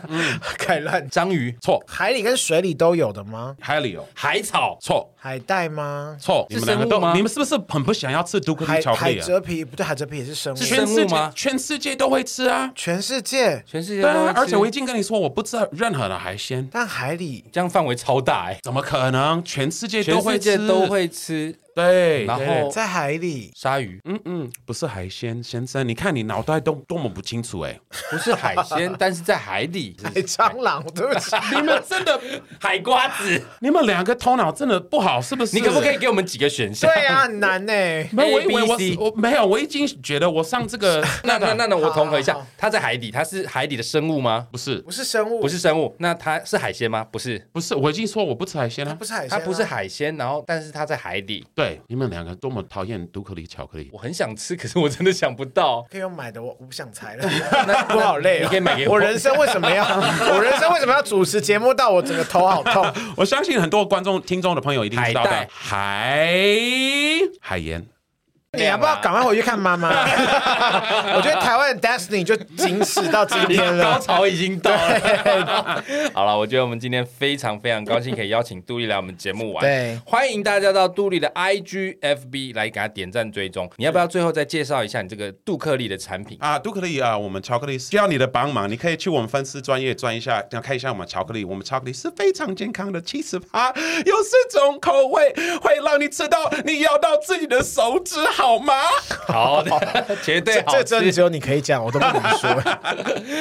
B: 凯乱，
A: 章鱼、
C: 错，
B: 海里跟水里都有的吗？
C: 海里有
A: 海草，
C: 错
B: 海带吗？
C: 错，
A: 是
C: 你们两个
A: 生物吗
C: 都，你们是不是很不想要吃巧克
B: 海
C: 力巧克
B: 海
C: 力啊？
B: 蜇皮不对，海蜇皮也是生物
A: 是，
C: 全世
A: 生物
C: 界
A: 吗
C: 全世界都会吃啊，
B: 全世界，
A: 全世界
C: 对
A: 都会
C: 啊，
A: 吃
C: 而且我已经跟你说，我不吃任何的海鲜，
B: 但海里
A: 这样范围超大哎，
C: 怎么可能？全世界
A: 全
C: 都
A: 世
C: 会
A: 界
C: 吃，
A: 都会吃
C: 对，
A: 然后
C: 对
B: 在海里
A: 鲨鱼，
C: 嗯嗯，不是海鲜先生，你看你脑袋都多么不清楚哎、
A: 不是海 鲜，但是在海里，
B: 海哎蟑螂， 对不起，
A: 你们真的海瓜子，
C: 你们两个头脑真的不好，是不是？
A: 你可不可以？给我们几个选项？
B: 对啊，很难呢。
C: 没有，我
A: A
C: 以为
A: B C
C: 我我没有，我已经觉得我上这 个
A: 那那那那我重合一
B: 好
A: 下
B: 好，
A: 它在海底，它是海底的生物吗？
C: 不是
B: 不是生物，
A: 不是生物，那它是海鲜吗？不是，
C: 不是，我已经说我不吃海鲜
B: 它
C: 了
B: 不。是海鲜
A: 它
B: 啊，
A: 不是海鲜，然后但是它在海底，
C: 对，你们两个多么讨厌杜克里巧克力。
A: 我很想吃，可是我真的想不到。
B: 可以用买的，我我不想猜了，
A: 那
B: 我好累哦。
A: 你可以买给我
B: 我人生为什么要？我人生为什么要主持节目到我整个头好痛？
C: 我相信很多观众、听众的朋友一定知道
A: 海带
C: 的，海海盐。
B: 你要不
A: 啊
B: 要赶快回去 看妈妈？我觉得台湾的 Destiny 就仅此 到今天
A: 高
B: 了。
A: 潮已经到 了。好了，我觉得我们今天非常非常高兴可以邀请杜丽来我们节目玩。
B: 对
A: 欢迎大家到杜丽的 IG、FB 来给她点赞追踪。你要不要最后再介绍一下你这个杜克利的产 品？
C: 啊，杜克力啊，我们巧克力需要你的帮忙，你可以去我们粉丝专业转一下，然后看一下我们巧克力。我们巧克力是非常健康的，七十八有四种口味，会让你吃到你咬到自己的手指，好吗？
A: 好的，绝对
B: 这
A: 好
B: 这
A: 吃，
B: 真的只有你可以讲，我都不能 说。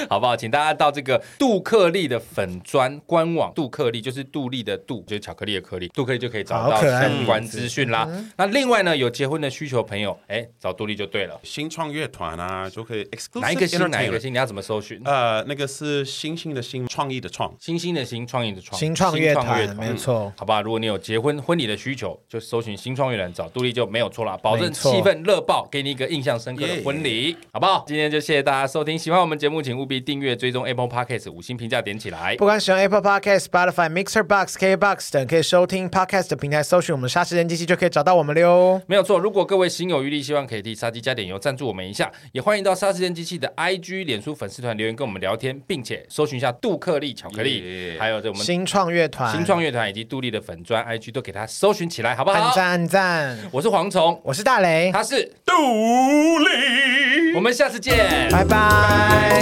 A: 好不好？请大家到这个杜克利的粉砖官网，杜克利就是杜丽的杜，就是巧克力的颗粒，杜克利就可以找
B: 好
A: 到
B: 可爱的嗯
A: 相关资讯啦。那另外呢，有结婚的需求朋友，哎，找杜丽就对了。
C: 新创乐团啊，就可以 exclusive
A: 哪一个星？哪一个
C: entertainment？
A: 星？你要怎么搜寻？
C: 呃，那个是星星的星，创意的创。
A: 新兴的新，创意的创，
B: 新创乐团
A: 新
B: 没错
A: 好吧？如果你有结婚婚礼的需求，就搜寻新创乐团找杜丽就没有错啦，保证
B: 没错
A: 气氛热爆，给你一个印象深刻的婚礼好不好？今天就谢谢大家收听，喜欢我们节目请务必订阅、追踪 Apple Podcast 五星评价点起来。
B: 不管使用 Apple Podcast、Spotify、Mixer Box、KBox 等可以收听 Podcast 的平台，搜寻我们“杀时间机器”就可以找到我们了哟。
A: 没有错，如果各位心有余力，希望可以替杀鸡加点油，赞助我们一下，也欢迎到杀时间机器的 IG、脸书粉丝团留言跟我们聊天，并且搜寻一下杜克力巧克力
C: Yeah
A: 还有这我们
B: 新创乐团，
A: 新创乐团以及杜丽的粉砖 IG 都给它搜寻起来，好不好
B: 按？赞按赞，
A: 我是蝗虫，
B: 我是大雷，
A: 他是，
C: 独立
A: 我。们下次见。
B: 拜拜。